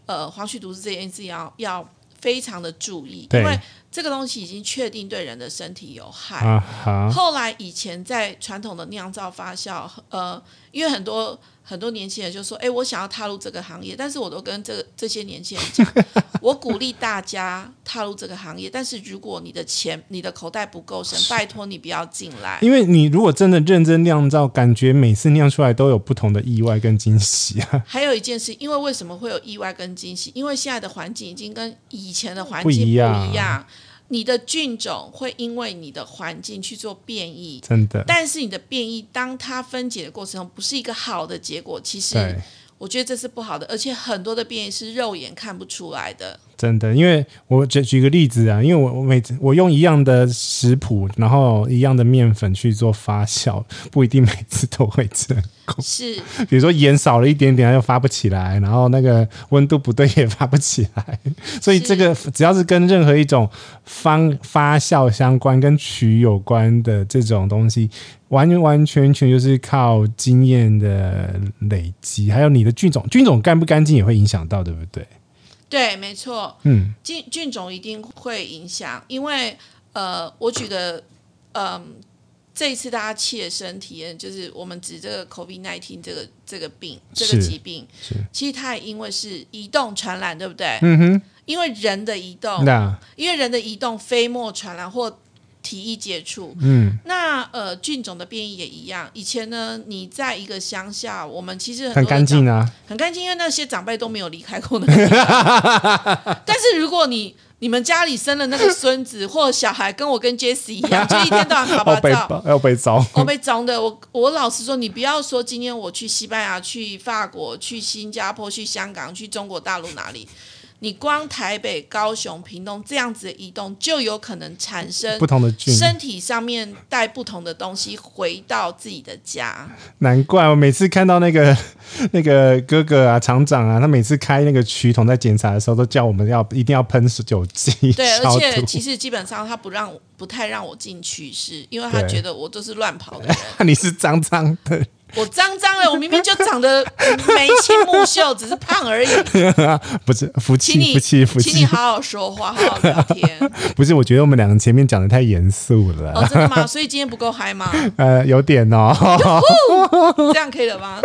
B: 呃黄曲毒素这件事要要非常的注意，
A: 对
B: 因为这个东西已经确定对人的身体有害。
A: 啊哈，
B: 后来以前在传统的酿造发酵，呃，因为很多很多年轻人就说：“哎，我想要踏入这个行业。”但是我都跟这这些年轻人讲， 我鼓励大家踏入这个行业，但是如果你的钱、你的口袋不够深，拜托你不要进来。
A: 因为你如果真的认真酿造，感觉每次酿出来都有不同的意外跟惊喜啊，
B: 还有一件事，因为为什么会有意外跟惊喜？因为现在的环境已经跟以前的环
A: 不
B: 境
A: 一
B: 不一
A: 样
B: 样你的菌种会因为你的环境去做变异，
A: 真的。
B: 但是你的变异，当它分解的过程中不是一个好的结果，其实
A: 对，
B: 我觉得这是不好的，而且很多的变异是肉眼看不出 来的。
A: 真的，因为我举举个例子啊，因为我我每次我用一样的食谱，然后一样的面粉去做发酵，不一定每次都会成功。
B: 是，
A: 比如说盐少了一点点，它又发不起来，然后那个温度不对也发不起来， 所以
B: 是
A: 这个只要是跟任何一种方发酵相关、跟曲有关的这种东西，完完全全就是靠经验的累积，还有你的菌种，菌种干不干净也会影响到，对不对？
B: 对，没错，
A: 嗯，
B: 菌菌种一定会影响，因为呃，我举个嗯、这一次大家切身体验就是我们指这个 COVID nineteen 这个这个病这个
A: 是
B: 疾病
A: 是，
B: 其实它也因为是移动传染，对不对？
A: 嗯哼，
B: 因为人的移动，
A: 那
B: 因为人的移动飞沫传染或体液接触，
A: 嗯，
B: 那呃菌种的变异也一样。以前呢，你在一个乡下，我们其实很多
A: 很
B: 的
A: 干
B: 长
A: 净啊，
B: 很干净，因为那些长辈都没有离开过那个地方。 但是如果你你们家里生了那个孙子或小孩，跟我跟 Jesse 一样，就一天到晚 爬
A: 要哦
B: 爬
A: 被
B: 照。
A: 要被糟，
B: 我被脏的，我我老实说，你不要说今天我去西班牙、去法国、去新加坡、去香港、去中国大陆哪里，你光台北、高雄、屏东这样子的移动，就有可能产生
A: 不同的菌，
B: 身体上面带不同的东西回到自己的家。
A: 难怪我哦每次看到那个 那个哥哥啊、厂长啊，他每次开那个渠桶在检查的时候，都叫我们要一定要喷酒精
B: 对，而
A: 消
B: 且
A: 毒。
B: 其实基本上他不让我，不太让我进去室，因为他
A: 对
B: 觉得我就是乱跑的人，
A: 你是脏脏的，
B: 我脏脏的，我明明就长得眉清目秀，只是 胖而已。
A: 不是服
B: 请
A: 气
B: 你，
A: 服气服
B: 请你
A: 气，
B: 好好说话，好好聊天。
A: 不是？我觉得我们两个前面讲的太严肃了，
B: 哦，真的 吗？所以今天不够嗨吗？
A: 呃，有点 哦。
B: 这样可以了吗？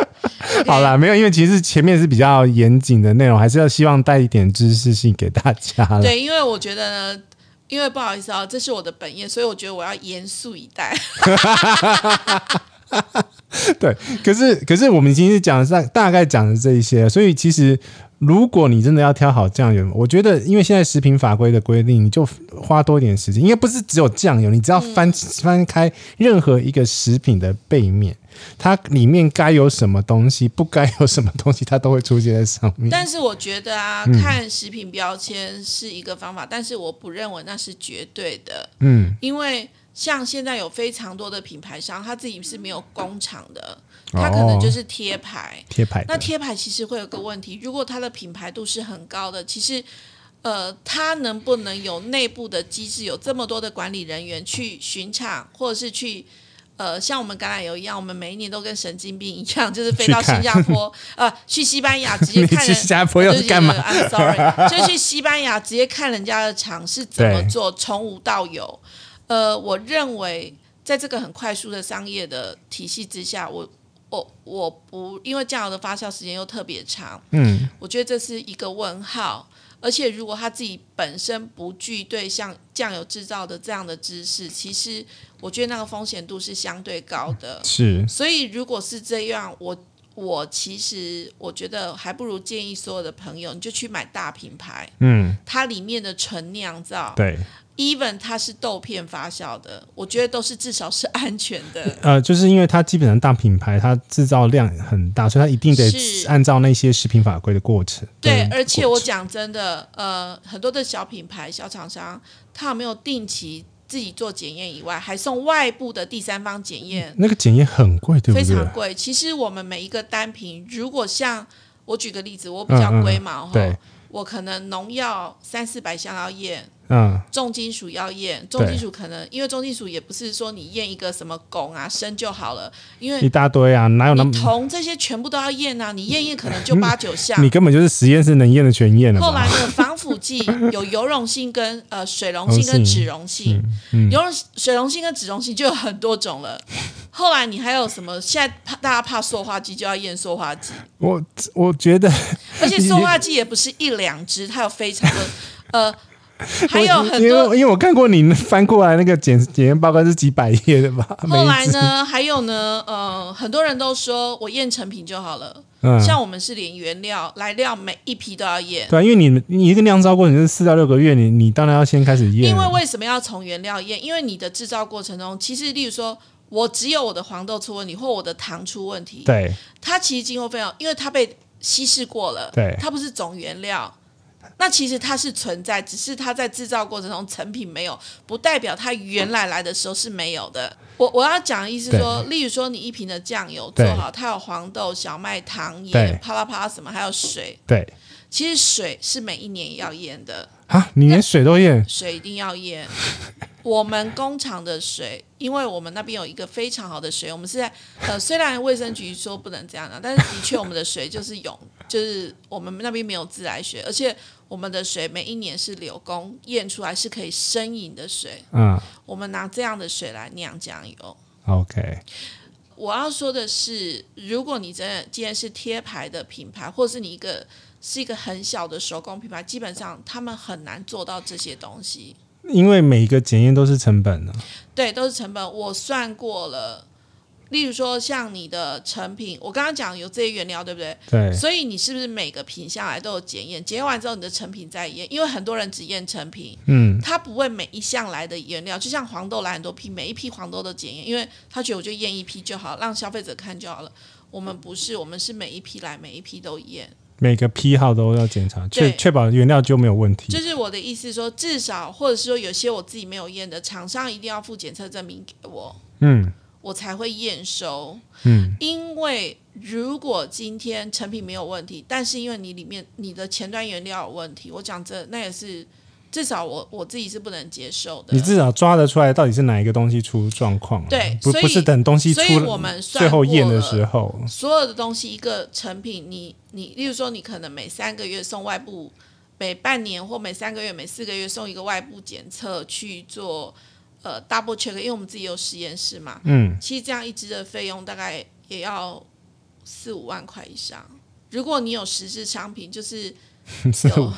A: 好啦，没有，因为其实前面是比较严谨的内容，还是要希望带一点知识性给大家啦。
B: 对，因为我觉得呢，因为不好意思啊，这是我的本业，所以我觉得我要严肃以待。
A: 对，可是可是我们已经是讲了大大概讲了这一些，所以其实如果你真的要挑好酱油，我觉得因为现在食品法规的规定，你就花多一点时间，应该不是只有酱油，你只要翻、
B: 嗯
A: 翻开任何一个食品的背面，它里面该有什么东西，不该有什么东西，它都会出现在上面。
B: 但是我觉得啊，
A: 嗯
B: 看食品标签是一个方法，但是我不认为那是绝对的。
A: 嗯，
B: 因为像现在有非常多的品牌商，他自己是没有工厂的，
A: 哦
B: 他可能就是贴牌。
A: 贴牌
B: 那
A: 的，
B: 贴牌其实会有个问题，如果它的品牌度是很高的，其实。呃，它能不能有内部的机制，有这么多的管理人员去巡场，或者是去呃，像我们橄榄油一样，我们每一年都跟神经病一样，就是飞
A: 去
B: 到新
A: 看
B: 加坡，呃，去西班牙直 接
A: 你
B: 看
A: 去
B: 人啊
A: 新加坡要
B: 对
A: 是
B: 不起
A: 干嘛
B: 对？不起？I'm sorry，就去西班牙直接看人家的厂是怎么做，从无到有。呃，我认为在这个很快速的商业的体系之下，我我我不因为酱油的发酵时间又特别长，
A: 嗯，
B: 我觉得这是一个问号。而且如果他自己本身不具对像酱油制造的这样的知识，其实我觉得那个风险度是相对高的。
A: 是
B: 所以如果是这样，我我其实我觉得还不如建议所有的朋友，你就去买大品牌，
A: 嗯，
B: 它里面的纯酿造
A: 对，
B: ，even 它是豆片发酵的，我觉得都是至少是安全的。
A: 呃，就是因为它基本上大品牌，它制造量很大，所以它一定得
B: 是
A: 按照那些食品法规的过程。
B: 对，
A: 嗯
B: 而且我讲真的，呃，很多的小品牌、小厂商，他有没有定期自己做检验以外，还送外部的第三方检验，
A: 那个检验很贵，嗯对
B: 非
A: 不对
B: 常？贵。其实我们每一个单品，如果像我举个例子，我比较
A: 嗯嗯
B: 龟毛哈、
A: 对
B: 我可能农药三四百箱要验，
A: 嗯，
B: 重金属要验，重金属可能因为重金属也不是说你验一个什么汞啊砷就好了，因
A: 一
B: 为
A: 大堆啊，哪有那
B: 你
A: 么？
B: 铜这些全部都要验啊，你验验可能就八九项。
A: 你根本就是实验室能验的全验了
B: 后来
A: 吧？
B: 呢，防腐系有油溶性跟呃水溶性跟脂溶性，
A: 嗯
B: 油溶水溶性跟脂溶性就有很多种了。后来你还有什么？现在怕大家怕塑化剂，就要验塑 化剂，
A: 我我觉得
B: 而且塑化剂也不是一两只，它有非常多呃， 还有很
A: 因为
B: 多。
A: 因为我看过你翻过来那个检检验报告是几百页的吧？
B: 后
A: 每
B: 来
A: 一
B: 呢，还有呢，呃，很多人都说我验成品就好了。
A: 嗯
B: 像我们是连原料来料每一批都要验，
A: 对啊，因为你们你一个酿造过程是四到六个月，你你当然要先开始验
B: 因为
A: 啊。
B: 为什么要从原料验？因为你的制造过程中，其实例如说，我只有我的黄豆出问题，或我的糖出问题，
A: 对，
B: 它其实经过非常，因为它被稀释过了，
A: 对
B: 它不是总原料。那其实它是存在，只是它在制造过程中成品没有，不代表它原来来的时候是没有的。我我要讲的意思说，例如说你一瓶的酱油做
A: 对
B: 好，它有黄豆、小麦、糖、
A: 对
B: 盐、啪啦啪啦什么，还有水。
A: 对
B: 其实水是每一年要验的，
A: 啊，你连水都验，
B: 水一定要验。我们工厂的水，因为我们那边有一个非常好的水，我们是在呃，虽然卫生局说不能这样的、但是的确我们的水就是永， 就是我们那边没有自来水，而且我们的水每一年是柳工验出来是可以生饮的水，
A: 嗯
B: 我们拿这样的水来酿酱油。
A: ，OK，
B: 我要说的是，如果你真的既然是贴牌的品牌，或是你一个是一个很小的手工品牌，基本上他们很难做到这些东西。
A: 因为每一个检验都是成本啊的、
B: 对，都是成本。我算过了，例如说像你的成品，我刚刚讲有这些原料，对不对？
A: 对，
B: 所以你是不是每个品项来都有检验？检验完之后，你的成品再验，因为很多人只验成品，
A: 嗯，
B: 他不会每一项来的原料，就像黄豆来很多批，每一批黄豆都检验，因为他觉得我就验一批就好，让消费者看就好了。我们不是，我们是每一批来，每一批都验。
A: 每个批号都要检查，确
B: 对
A: 确保原料就没有问
B: 就
A: 题。
B: 是我的意思说，至少或者是说有些我自己没有验的，厂商一定要附检测证明给我。
A: 嗯
B: 我才会验收。
A: 嗯，
B: 因为如果今天成品没有问题，但是因为你里面你的前端原料有问题，我讲这那也是至少我我自己是不能接受的
A: 你。至少抓得出来到底是哪一个东西出状况、啊，
B: 对
A: 不
B: 所以
A: 不是等东西
B: 所
A: 出
B: 以
A: 了
B: 我们算
A: 最后
B: 过
A: 验的
B: 了
A: 时候，
B: 所有的东西，一个成品，你你，例如说，你可能每三个月送外部，每半年或每三个月、每四个月送一个外部检测去做呃 double check，因为我们自己有实验室嘛。
A: 嗯，
B: 其实这样一支的费用大概也要四五万块以上。如果你有实质商品，就是
A: 是
B: 有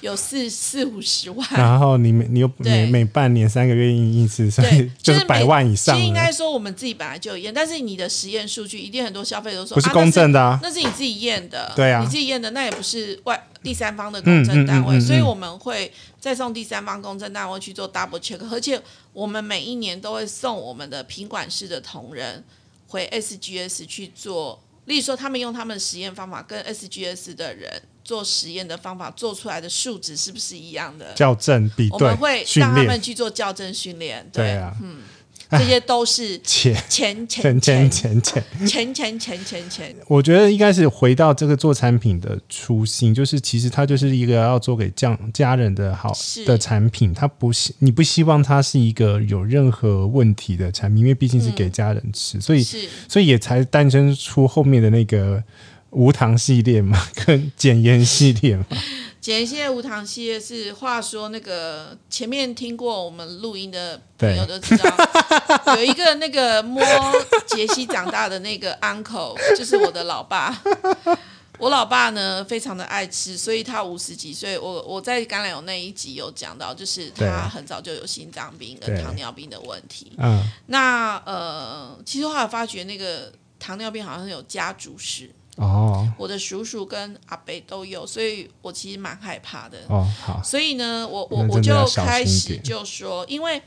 B: 有四四五十万，
A: 然后你每你又每
B: 对
A: 每半年三个月印一次，所以
B: 对，
A: 就是
B: 是
A: 百
B: 每
A: 万以上
B: 其实应
A: 了，
B: 该说我们自己本来就有验，但是你的实验数据一定很多消费者都说
A: 不是
B: 啊
A: 公正的啊。
B: 那是，那是你自己验的，
A: 对啊
B: 你自己验的，那也不是外第三方的
A: 嗯
B: 公
A: 嗯
B: 证单
A: 嗯
B: 位，
A: 嗯
B: 所以我们会再送第三方公证单位去做 double check，而且我们每一年都会送我们的品管室的同仁回 SGS 去做，例如说他们用他们的实验方法跟 SGS 的人做实验的方法做出来的数值是不是一样的？
A: 校正比
B: 我们
A: 对
B: 会
A: 训
B: 让他们
A: 练，
B: 去做校正训练，
A: 对啊，
B: 这些都是
A: 钱
B: 钱钱
A: 钱钱
B: 钱钱
A: 钱钱。
B: 钱钱钱 钱钱，
A: 我觉得应该是回到这个做产品的初心，就是其实它就是一个要做给家家人的好
B: 是
A: 的产品，它不希你不希望它是一个有任何问题的产品，因为毕竟是给家人吃，所以
B: 是
A: 所以也才诞生出后面的那个无糖系列嘛， 跟减盐系列嘛。
B: 简一些无糖系列是，话说那个前面听过我们录音的朋友都知道，有一个那个摸杰西长大的那个 uncle，就是我的老爸。 我老爸呢非常的爱吃，所以他五十几岁，我我在橄榄油那一集有讲到，就是
A: 对
B: 他很早就有心脏病跟
A: 对
B: 糖尿病的问题。
A: 嗯，
B: 那呃，其实后来发觉那个糖尿病好像有家族史，
A: 哦
B: 我的叔叔跟阿伯都有，所以我其实蛮害怕的。
A: 哦，好，
B: 所以呢，我我
A: 那
B: 我
A: 真的要
B: 就
A: 小
B: 开
A: 心一
B: 始
A: 点
B: 就说，因为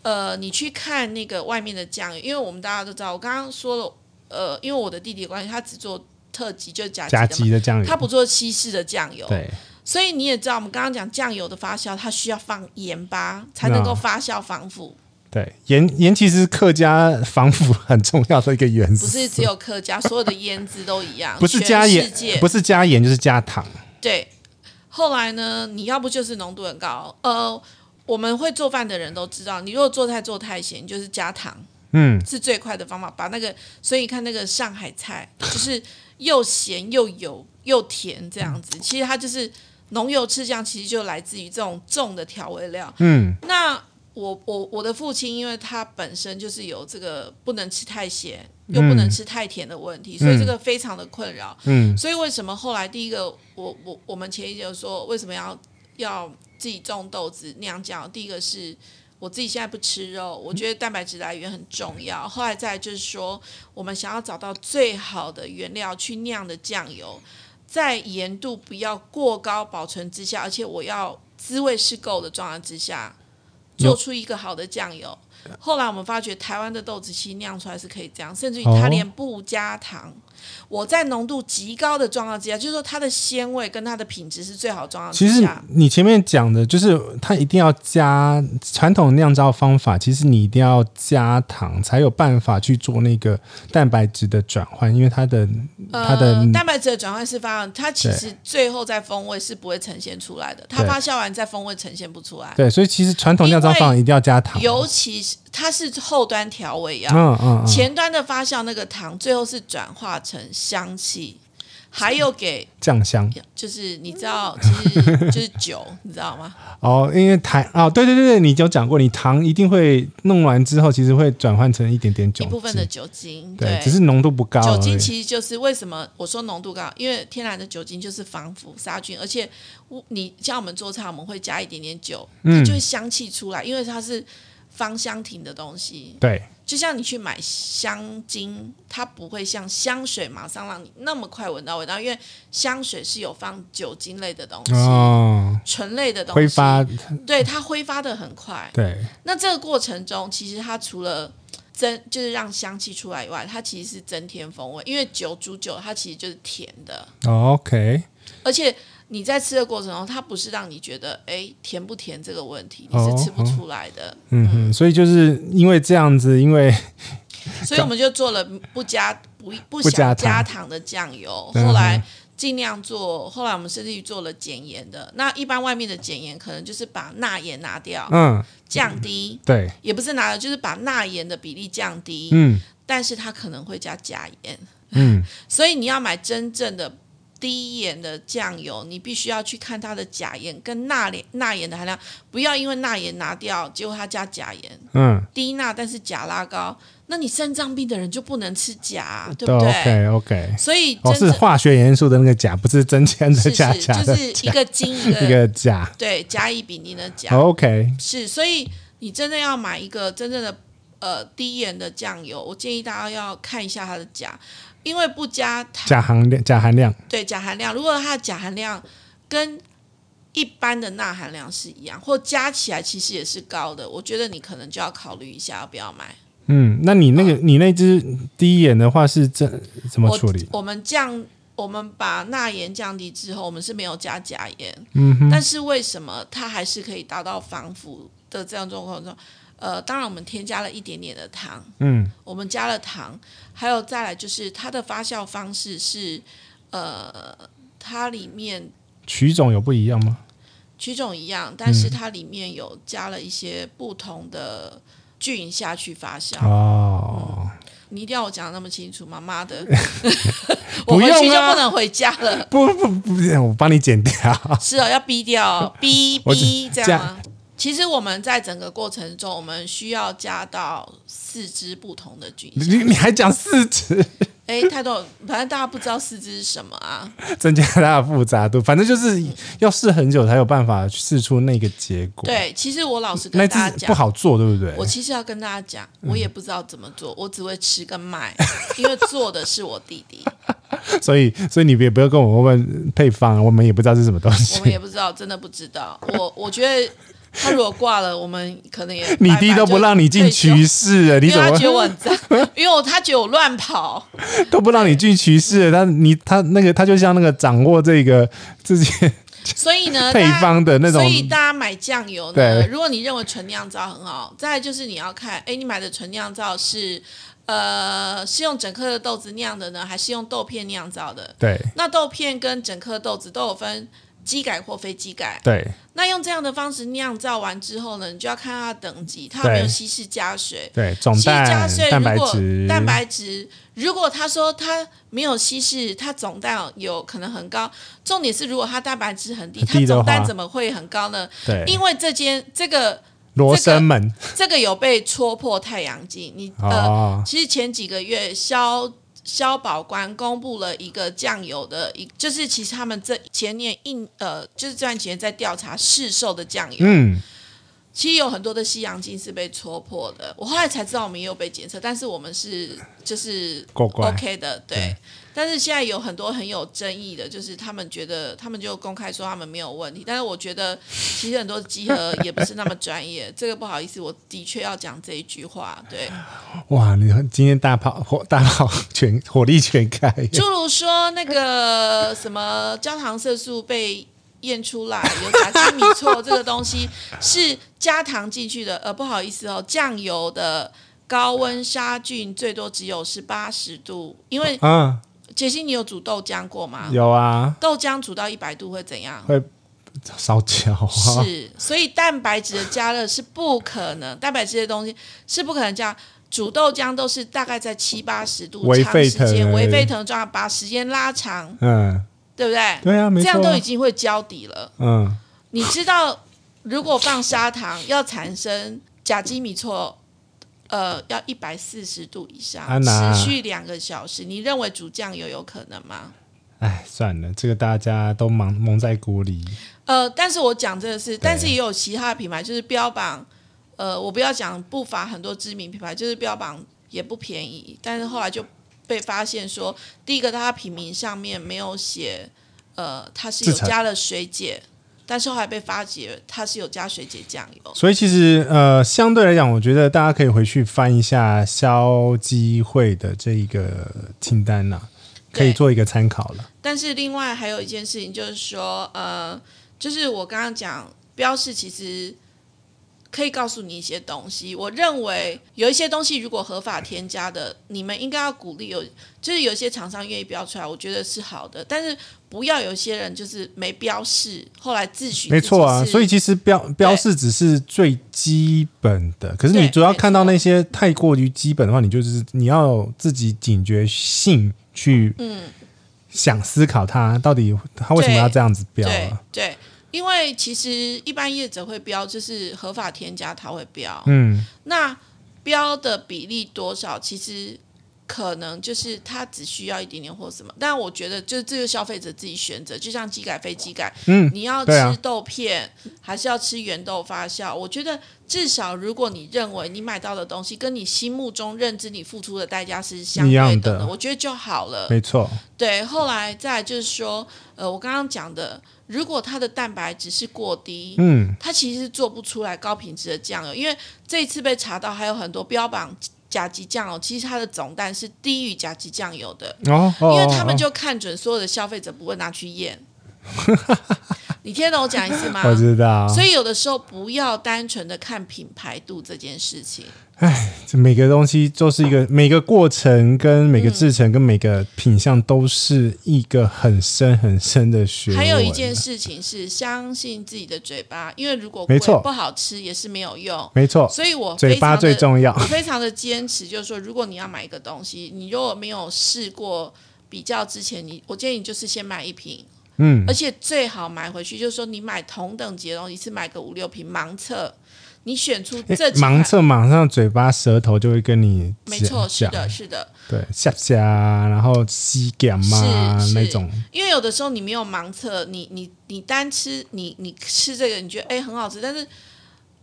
B: 呃，你去看那个外面的酱油，因为我们大家都知道，我刚刚说了，呃，因为我的弟弟的关系，他只做特级，就是甲
A: 加
B: 级的嘛，
A: 鸡的酱油，
B: 他不做西式的酱油，
A: 对
B: 所以你也知道，我们刚刚讲酱油的发酵，它需要放盐巴才能够
A: 那
B: 发酵防腐，
A: 对盐盐其实是客家防腐很重要的一个元素，
B: 不是只有客家，所有的腌制都一样，
A: 不是
B: 全
A: 加盐
B: 世界，
A: 不是加盐就是加糖。
B: 对，后来呢，你要不就是浓度很高，呃，我们会做饭的人都知道，你如果做菜做太咸，你就是加糖
A: 嗯，
B: 是最快的方法，把那个，所以你看那个上
A: 嗯
B: 海菜，就是又咸又油又甜这样子，其实它就是浓油赤酱其实就来自于这种重的调味料。
A: 嗯
B: 那我我我的父亲，因为他本身就是有这个不能吃太咸又不能吃太甜的问题，所以这个非常的困扰。
A: 嗯
B: 所以为什么后来第一个，我我我们前一节说为什么要要自己种豆子酿酱？第一个是我自己现在不吃肉，我觉得蛋白质来源很重要。后来再来就是说，我们想要找到最好的原料去酿的酱油，在盐度不要过高保存之下，而且我要滋味是够的状态之下，
A: 有
B: 做出一个好的酱油。后来我们发觉台湾的豆子其实酿出来是可以这样，甚至于它
A: 哦
B: 连不加糖，我在浓度极高的状况之下，就是说它的鲜味跟它的品质是最好的状况
A: 其
B: 之
A: 实
B: 下。
A: 你前面讲的就是它一定要加传统酿造方法，其实你一定要加糖才有办法去做那个蛋白质的转换，因为它的它的、
B: 呃、蛋白质的转换是发酵，它其实最后在风味是不会呈现出来的，它
A: 对
B: 发酵完在风味呈现不出来，
A: 对，所以其实传统酿造方法一定要加糖。
B: 尤其是它是后端调味药，
A: 嗯嗯嗯，
B: 前端的发酵那个糖最后是转化成香气，还有给
A: 酱香
B: 就是你知道，其实就是酒，你知道吗？
A: 哦，因为糖哦，对对对对，你有讲过，你糖一定会弄完之后，其实会转换成一点点酒
B: 一部分的
A: 精
B: 酒精，
A: 对，只是浓度不高而
B: 酒
A: 已。
B: 精其实就是为什么我说浓度高，因为天然的酒精就是防腐杀菌，而且我你像我们做菜，我们会加一点点酒，
A: 嗯
B: 它就会香气出来，因为它是芳香烃的东西。
A: 对，
B: 就像你去买香精，它不会像香水马上让你那么快闻到味道，因为香水是有放酒精类的东西、
A: 哦，
B: 醇类的东西，
A: 挥发，
B: 对它挥发的很快。
A: 对，
B: 那这个过程中，其实它除了增就是让香气出来以外，它其实是增添风味，因为酒煮酒它其实就是甜的，
A: 哦，OK，
B: 而且你在吃的过程中，它不是让你觉得哎甜不甜这个问题，你
A: 哦
B: 是吃不出来的。
A: 嗯嗯，所以就是因为这样子，因为
B: 所以我们就做了不加不不
A: 不加
B: 想
A: 糖
B: 加糖的酱油，
A: 嗯
B: 后来。尽量做，后来我们甚至于做了减盐的。那一般外面的减盐可能就是把钠盐拿掉，
A: 嗯，
B: 降低，
A: 对，
B: 也不是拿掉，就是把钠盐的比例降低。
A: 嗯
B: 但是它可能会加加盐，
A: 嗯，
B: 所以你要买真正的低盐的酱油，你必须要去看它的钾盐跟钠盐钠盐的含量，不要因为钠盐拿掉，结果它加钾盐，
A: 嗯，
B: 低钠但是钾拉高，那你肾脏病的人就不能吃钾啊、对
A: 都
B: 不对
A: 哦 OK OK，
B: 所以真
A: 哦，是
B: 正、
A: 化学元素的那个钾，不是真铅的
B: 是
A: 钾，
B: 是
A: 钾
B: 就
A: 的
B: 是呃一个精一
A: 一
B: 个
A: 个钾
B: 对甲乙丙丁的甲。
A: ，OK，
B: 是，所以你真的要买一个真正的呃低盐的酱油，我建议大家要看一下它的钾，因为不加糖
A: 钾含量钾含量，
B: 对钾含量，如果它的钾含量跟一般的钠含量是一样，或加起来其实也是高的，我觉得你可能就要考虑一下要不要买。
A: 嗯，那你那
B: 哦
A: 个你那只第一眼的话是怎怎么
B: 我
A: 处理？
B: 我们降，我们把钠盐降低之后，我们是没有加钾盐，
A: 嗯哼，
B: 但是为什么它还是可以达到防腐的这样状况中？呃，当然我们添加了一点点的糖，
A: 嗯
B: 我们加了糖，还有再来就是它的发酵方式是，呃，它里面
A: 曲种有不一样吗？
B: 曲种一样，但是它里面有加了一些不同的菌下去发酵。
A: 哦，
B: 你一定要我讲得那么清楚吗？妈的， 我
A: 不
B: 回
A: 用啊
B: 去就不能回家了。
A: 不不不，我帮你剪掉。
B: 是哦，要逼掉哦，逼
A: 我只
B: 逼这
A: 这
B: 样
A: 样
B: 吗？其实我们在整个过程中，我们需要加到四支不同的菌。
A: 你你还讲四指，
B: 哎，太多，反正大家不知道四支是什么啊。
A: 增加它的复杂度，反正就是要试很久才有办法试出那个结果。，
B: 对，其实我老实跟
A: 那
B: 大家
A: 只不
B: 讲，
A: 好做，对不对？
B: 我其实要跟大家讲，我也不知道怎么做，我只会吃 跟卖，因为做的是我弟弟。
A: 所以所以你也不要跟我问配方，我们也不知道是什么东
B: 我们
A: 西。
B: 也不知道，真的不知道。我我觉得他如果挂了，我们可能也
A: 你弟都不让你进
B: 拜
A: 渠
B: 拜
A: 室了，
B: 就
A: 你
B: 退休，
A: 怎
B: 因为他
A: 么
B: 觉得 我很脏，因为我他觉得我乱跑，
A: 都不让你进渠室了？他你他那个他就像那个掌握这个自己
B: 所以 呢，
A: 配
B: 大家
A: 方的那种
B: 所以大家买酱油呢，
A: 对
B: 如果你认为纯酿造很好，再来就是你要看，哎，你买的纯酿造是呃是用整颗的豆子酿的呢，还是用豆片酿造的？
A: 对
B: 那豆片跟整颗豆子都有分机改或非机改。
A: 对，
B: 那用这样的方式酿造完之后呢，你就要看它的等级，它有没有
A: 对
B: 稀释加水。
A: 对，总
B: 稀释加
A: 蛋
B: 水，
A: 蛋白
B: 如果
A: 质，
B: 蛋白质，如果他说它没有稀释，它总蛋有可能很高。重点是，如果它蛋白质很低，
A: 很
B: 它
A: 低的
B: 总蛋
A: 话
B: 怎么会很高呢？
A: 对
B: 因为这间这个
A: 罗
B: 这个
A: 生门
B: 这个有被戳破太阳镜，你呃，
A: 哦，
B: 其实前几个月消消保官公布了一个酱油的一，就是其实他们这前年一呃，就是这段期间在调查市售的酱油，
A: 嗯，
B: 其实有很多的西洋镜是被戳破的。我后来才知道我们也有被检测，但是我们是就是
A: 过关
B: OK 的，对。
A: 对
B: 但是现在有很多很有争议的，就是他们觉得他们就公开说他们没有问题，但是我觉得其实很多集合也不是那么专业，这个不好意思，我的确要讲这一句话，对。
A: 哇，你今天大炮火大炮全火力全开，
B: 诸如说那个什么焦糖色素被验出来有甲基米唑这个东西是加糖进去的，呃，不好意思哦，酱油的高温杀菌最多只有是八十度，因为
A: 嗯，
B: 杰西，你有煮豆浆过吗？
A: 有啊，
B: 豆浆煮到一百度会怎样？
A: 烧焦啊，
B: 是，所以蛋白质的加热是不可能，蛋白质的东西是不可能加。煮豆浆都是大概在七八十度
A: 微
B: 长
A: 沸
B: 时间，
A: 腾
B: 微沸腾的状态，把时间拉长，
A: 嗯，
B: 对不对？
A: 对啊，没
B: 这样
A: 错
B: 都
A: 啊
B: 已，经会交底了。
A: 嗯，
B: 你知道，如果放砂糖要产生甲基米唑，呃，要一百四十度以上，
A: 安娜
B: 持续两个小时，你认为煮酱油有可能吗？
A: 哎，算了，这个大家都蒙蒙在鼓里，
B: 呃，但是我讲这个是，但是也有其他的品牌，就是标榜，呃，我不要讲不乏很多知名品牌，就是标榜也不便宜，但是后来就被发现说，第一个它品名上面没有写，呃，它是有
A: 制成
B: 加了水解，但是后来被发觉它是有加水解酱油，
A: 所以其实呃，相对来讲，我觉得大家可以回去翻一下消基会的这一个清单呐、可以
B: 对
A: 做一个参考了。
B: 但是另外还有一件事情就是说，呃，就是我刚刚讲标示其实可以告诉你一些东西。我认为有一些东西如果合法添加的，你们应该要鼓励有，就是有一些厂商愿意标出来，我觉得是好的。但是不要有一些人就是没标示，后来自诩
A: 没错啊，
B: 自己是
A: 所以其实标标示只是最基本的，可是你主要看到那些太过于基本的话，你就是你要有自己警觉性去
B: 嗯
A: 想思考它到底它为什么要这样子标
B: 对
A: 啊？
B: 对，因为其实一般业者会标，就是合法添加他会标，
A: 嗯，
B: 那标的比例多少，其实可能就是他只需要一点点或什么。但我觉得，就是这个消费者自己选择，就像鸡改非鸡改，
A: 嗯，
B: 你要
A: 对啊
B: 吃豆片、还是要吃原豆发酵？我觉得至少如果你认为你买到的东西跟你心目中认知你付出的代价是相
A: 一
B: 对
A: 样
B: 等
A: 的
B: 我觉得就好了。
A: 没错，
B: 对，后来再来就是说，呃，我刚刚讲的，如果它的蛋白质是过低，
A: 嗯，
B: 它其实是做不出来高品质的酱油，因为这一次被查到还有很多标榜甲级酱油，其实它的总蛋是低于甲级酱油的，
A: 哦，
B: 因
A: 哦
B: 为他们
A: 哦
B: 就看准所有的消费者不会拿 去验。你听得懂我讲意思吗？
A: 我知道，
B: 所以有的时候不要单纯的看品牌度这件事情，
A: 这每个东西都是一个每个过程跟每个
B: 嗯
A: 制成跟每个品相都是一个很深很深的学问。
B: 还有一件，事情是相信自己的嘴巴，因为如果
A: 没
B: 贵
A: 错
B: 不好吃也是没有用。
A: 没错，
B: 所以我
A: 嘴
B: 非常
A: 巴
B: 的
A: 最重要
B: 我。非常的坚持，就是说，如果你要买一个东西，你如果没有试过比较之前，你我建议你就是先买一瓶，
A: 嗯
B: 而，且最好买回去，就是说你买同等级的东西，一次买个五六瓶盲测，你选出
A: 诶
B: 这几款
A: 盲，测马上嘴巴舌头就会跟你
B: 没错，是
A: 讲
B: 的，，是的，
A: 对，下下，然后吸感嘛
B: 是是
A: 那种，
B: 因为有的时候你没有盲测，你你你单吃你你吃这个，你觉得哎、很好吃，但是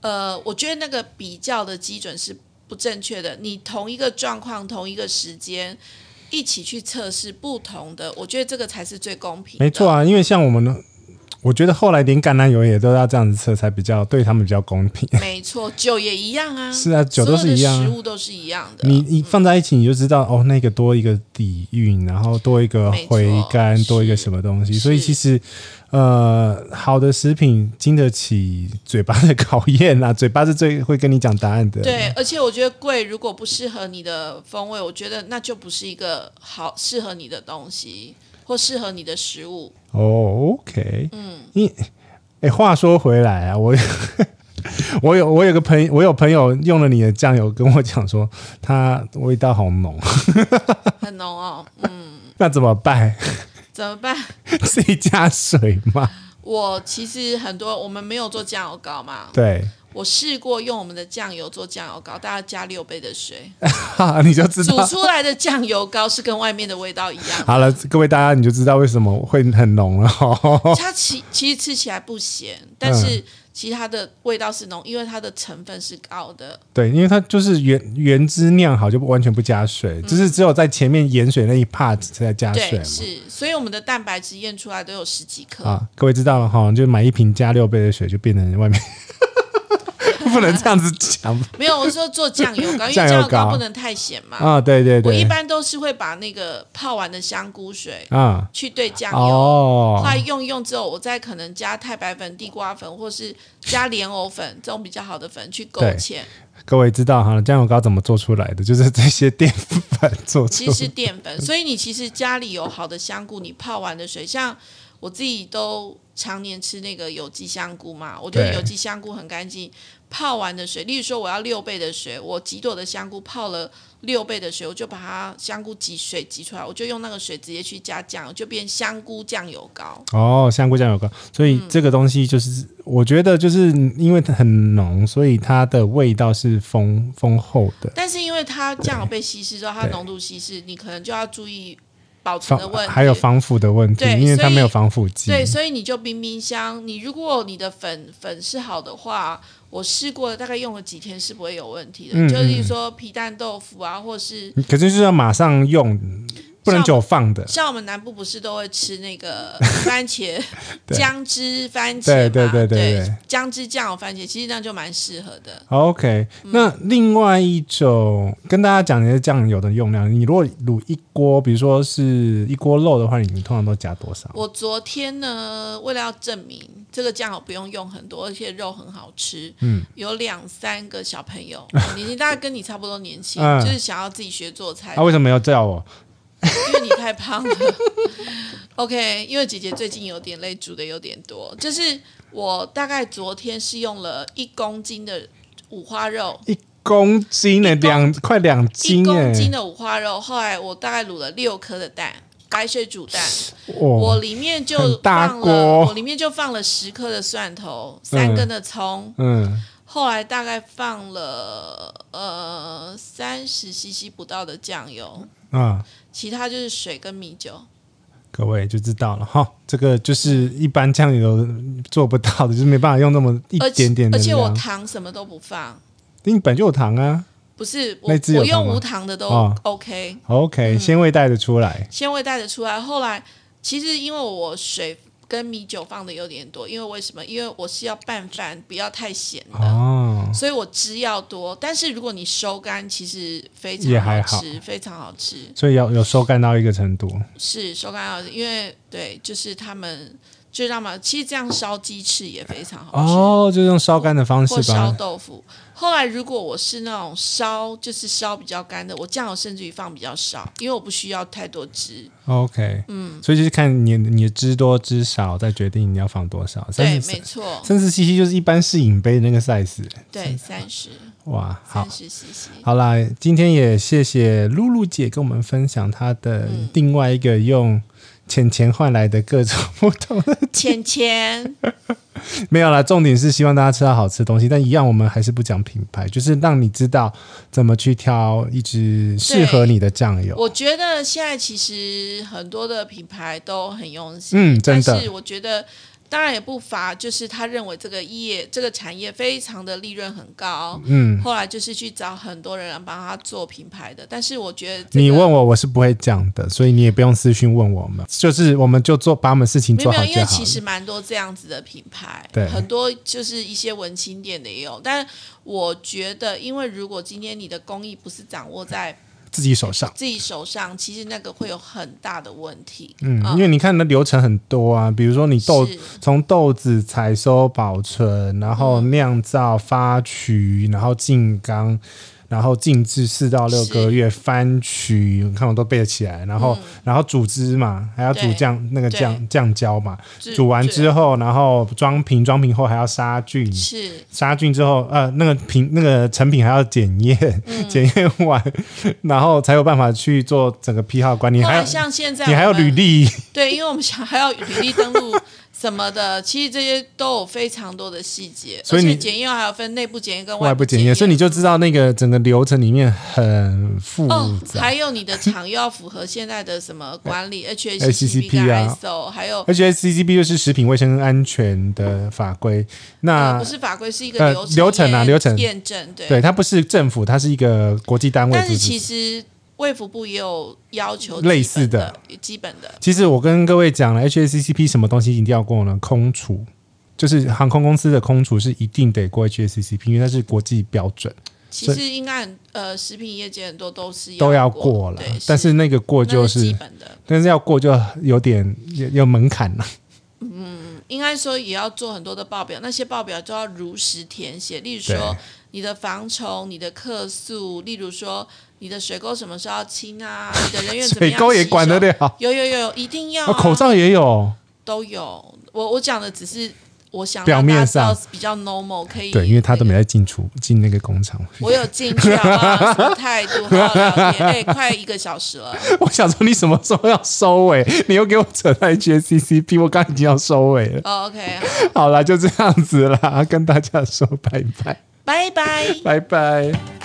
B: 呃，我觉得那个比较的基准是不正确的。你同一个状况、同一个时间一起去测试不同的，我觉得这个才是最公平的。
A: 没错，啊，因为像我们，我觉得后来连橄榄油也都要这样子测才比较对他们比较公平。
B: 没错，酒也一样 啊，
A: 是啊，酒都是一样
B: 所
A: 啊。
B: 有的食物都是一样的。
A: 你你放在一起，你就知道哦，那个多一个底蕴，然后多一个
B: 没错
A: 回甘，
B: 是
A: 多一个什么东西。所以
B: 是
A: 其实，呃，好的食品经得起嘴巴的考验啊，嘴 巴是最会跟你讲答案的。
B: 对，而且我觉得贵如果不适合你的风味，我觉得那就不是一个好适合你的东西，或适合你的食物。
A: 哦，OK，嗯，你哎，话说回来啊，我 我有我有个朋我有朋友用了你的酱油跟我讲说，它味道好 浓，
B: 很浓哦，嗯，
A: 那怎么办？
B: 怎么办？
A: 自己加水吗？
B: 我其实很多我们没有做酱油膏嘛，
A: 对，
B: 我试过用我们的酱油做酱油膏，大概加六倍 的水，
A: 哈，你就知
B: 煮
A: 道。
B: 出来的酱油膏是跟外面的味道一 样。
A: 好了，各位大家你就知道为什么会很浓了、 哦。
B: 它其其实吃起来不咸，
A: 嗯
B: 但是其实它的味道是浓，因为它的成分是高的。
A: 对，因为它就是原原汁酿好，就不完全不加水，就是只有在前面盐水那一 part 才加水
B: 对，
A: 嘛。
B: 是，所以我们的蛋白质验出来都有十几克。
A: 啊，各位知道了哈，就买一瓶加六倍的水，就变成外面 不能这样子讲
B: 没有，我是说做酱油 膏，因为
A: 酱油
B: 酱油膏
A: 膏
B: 不能太咸嘛。
A: 啊！对对
B: 我一
A: 对，
B: 般都是会把那个泡完的香菇水
A: 啊
B: 去兑酱油，
A: 哦
B: 后，来用一用之后，我再可能加太白粉、地瓜粉，或是加莲藕粉这种比较好的粉去勾
A: 对
B: 芡，
A: 各位知道哈，酱油膏怎么做出来的？就是这些淀粉做出
B: 其实是淀 粉。所以你其实家里有好的香菇，你泡完的水，像我自己都常年吃那个有机香菇嘛，我觉得
A: 对
B: 有机香菇很干净。泡完的水，例如说我要六倍的水，我几朵的香菇泡了六倍的水，我就把它香菇挤水挤出来，我就用那个水直接去加酱油，就变香菇酱油膏。
A: 哦，香菇酱油膏，所
B: 嗯
A: 以这个东西就是，我觉得就是因为它很浓，所以它的味道是丰丰厚的，
B: 但是因为它酱油被稀释之后，它浓度稀释，你可能就要注意保存
A: 防
B: 的问题，
A: 还有防腐的问题，
B: 对
A: 因为它
B: 所以
A: 没有防腐剂。
B: 对，所以你就冰冰箱。你如果你的粉粉是好的话，我试过了，大概用了几天是不会有问题的。
A: 嗯
B: 就是说皮蛋豆腐啊，或是
A: 可是就是要马上用，不能久放的。
B: 像我们南部不是都会吃那个番茄
A: 对
B: 姜汁番茄
A: 对
B: 嘛？
A: 对对对
B: 对
A: 对
B: 姜汁酱油番茄，其实那就蛮适合的。
A: OK，、那
B: 嗯
A: 另外一种跟大家讲一下酱油的用量。你如果卤一锅，比如说是一锅肉的话，你你通常都加多少？
B: 我昨天呢，为了要证明这个酱油不用用很多，而且肉很好吃，
A: 嗯，
B: 有两三个小 朋友，年纪大概跟你差不多年轻，
A: 嗯
B: 就是想要自己学做菜
A: 啊，，为什么要叫我？
B: 因为你太胖了。OK，因为姐姐最近有点累，煮的有点多，就是我大概昨天是用了一公斤的五花肉，
A: 一公斤呢、欸
B: 一公
A: 两快两
B: 一
A: 斤
B: 公
A: 哎、
B: 斤的五花肉，后来我大概卤了六颗的蛋，白水煮蛋。我
A: 哦，
B: 里面就
A: 很大
B: 放了，
A: 锅
B: 我里面就放了十颗的蒜头，三根的葱，
A: 嗯，
B: 后来大概放了呃三十 CC 不到的酱油，
A: 啊，
B: 其他就是水跟米酒。
A: 各位就知道了哈。这个就是一般酱油做不到的，就是没办法用那么一
B: 而且
A: 点点的
B: 而且我
A: 量。
B: 糖什么都不放，
A: 你本就有糖啊。
B: 不是我
A: 那只有
B: 我
A: 糖
B: 用
A: 吗
B: 无糖的都
A: 哦
B: OK，、嗯
A: OK，、鲜味带得出来。
B: 鲜味带得出来。后来其实因为我水跟米酒放的有点多，因为为什么？因为我是要拌饭，不要太咸的。
A: 哦，
B: 所以我汁要多，但是如果你收干，其实非
A: 也
B: 常
A: 还
B: 好
A: 好
B: 吃，非常好吃。
A: 所以要有收干到一个程度。
B: 是收干要，因为对，就是他们就让嘛，其实这样烧鸡翅也非常好吃，
A: 哦，就用烧干的方
B: 或
A: 式
B: 烧
A: 吧。
B: 豆腐。后来如果我是那种烧，就是烧比较干的，我酱油甚至于放比较少，因为我不需要太多汁。
A: OK，嗯，所以就是看你你的汁多汁少，再决定你要放多少。三
B: 对，
A: 十
B: 没错，
A: 三十 CC 就是一般是饮杯的那个 size。
B: 对，三十，
A: 哇，好
B: 三，十 CC。
A: 好 啦，今天也谢谢露露姐跟我们分享她的另外一个用钱钱换来的各种不同 的。
B: 芊芊，
A: 没有啦，重点是希望大家吃到好吃的东西，但一样我们还是不讲品牌，就是让你知道怎么去挑一支适合你的酱油。
B: 我觉得现在其实很多的品牌都很用心，
A: 嗯，真
B: 但
A: 的
B: 是，我觉得，当然也不乏，就是他认为这个业这个产业非常的利润很高，
A: 嗯。
B: 后来就是去找很多人来帮他做品牌的。但是我觉得、这个、
A: 你问我，我是不会讲的，所以你也不用私讯问我们，就是我们就做把我们事情
B: 没
A: 做
B: 有没
A: 好
B: 有，因
A: 就
B: 为
A: 好
B: 其
A: 了。
B: 实蛮多这样子的品牌，
A: 对
B: 很多就是一些文青店的也有。但我觉得，因为如果今天你的工艺不是掌握在
A: 自己手上，
B: 自己手上，其实那个会有很大的问题。
A: 嗯，
B: 啊
A: 因为你看那流程很多啊，比如说你豆
B: 是
A: 从豆子采
B: 嗯
A: 收、保存，然后酿造、发曲，然后进缸，然后静置四到六
B: 是
A: 个月，番曲你看我都背得起来，然后、然后煮汁嘛，还要煮
B: 对
A: 酱那个
B: 嗯对
A: 酱酱椒嘛，
B: 是
A: 煮完
B: 对
A: 之后，然后装瓶，装瓶后还要杀菌，
B: 是
A: 杀菌之后，呃，那个瓶那个成品还要检验，
B: 嗯
A: 检验完，然后才有办法去做整个批号管理。
B: 后
A: 还有
B: 来像现在
A: 你还有
B: 我们
A: 履历，
B: 对，因为我们想还要履历登录什么的， 其实这些都有非常多的细节，
A: 所以
B: 而且
A: 你
B: 检验还有分内部检验跟
A: 外
B: 部
A: 部检
B: 验，
A: 验，所以你就知道那个整个流程里面很复
B: 哦，
A: 杂，
B: 还有你的厂又要符合现在的什么管 理
A: HACCP
B: HACCP 跟
A: 啊
B: ISO，还有
A: 而且 CCB 就是食品卫生安全的法规，
B: 呃
A: 那、
B: 不是法规是一
A: 呃
B: 个流
A: 流程啊
B: 验
A: 流程
B: 验证对。
A: 对它不是政府，它是一个国际单位
B: 但
A: 组
B: 是
A: 织。
B: 其实卫福部也有要求
A: 类似
B: 基本
A: 的
B: 的基本的，
A: 其实我跟各位讲了，HACCP 什么东西一定要过呢？空厨，就是航空公司的空厨是一定得过 HACCP，因为它是国际标准，
B: 其
A: 所以
B: 实应该很呃食品业界很多都是
A: 都要
B: 过
A: 过了
B: 对。
A: 但是那个过
B: 那
A: 就是
B: 基
A: 是，
B: 本的，
A: 但是要过就有点有有门槛了。
B: 应该说也要做很多的报表，那些报表都要如实填写。例如说
A: 对
B: 你的防虫、你的客诉，例如说你的水沟什么时候要清啊，你的人员怎么
A: 水
B: 样，
A: 沟也管得。了，
B: 有有有，一定要、啊
A: 哦，口罩也有，
B: 都有。我我讲的只是我想
A: 表
B: 让大家
A: 面
B: 知道
A: 上
B: 比较 normal 可以
A: 对，因为他
B: 那
A: 都
B: 个
A: 没在进厨进那个工厂。
B: 我有进去好不好？什么态度？好好聊天。哎、快一个小时了，
A: 我想说你什么时候要收尾？你又给我扯到 HACCP，我刚刚已经要收尾了。
B: 哦 OK，好
A: 好啦，就这样子啦，跟大家说拜拜，
B: 拜拜。
A: 拜拜。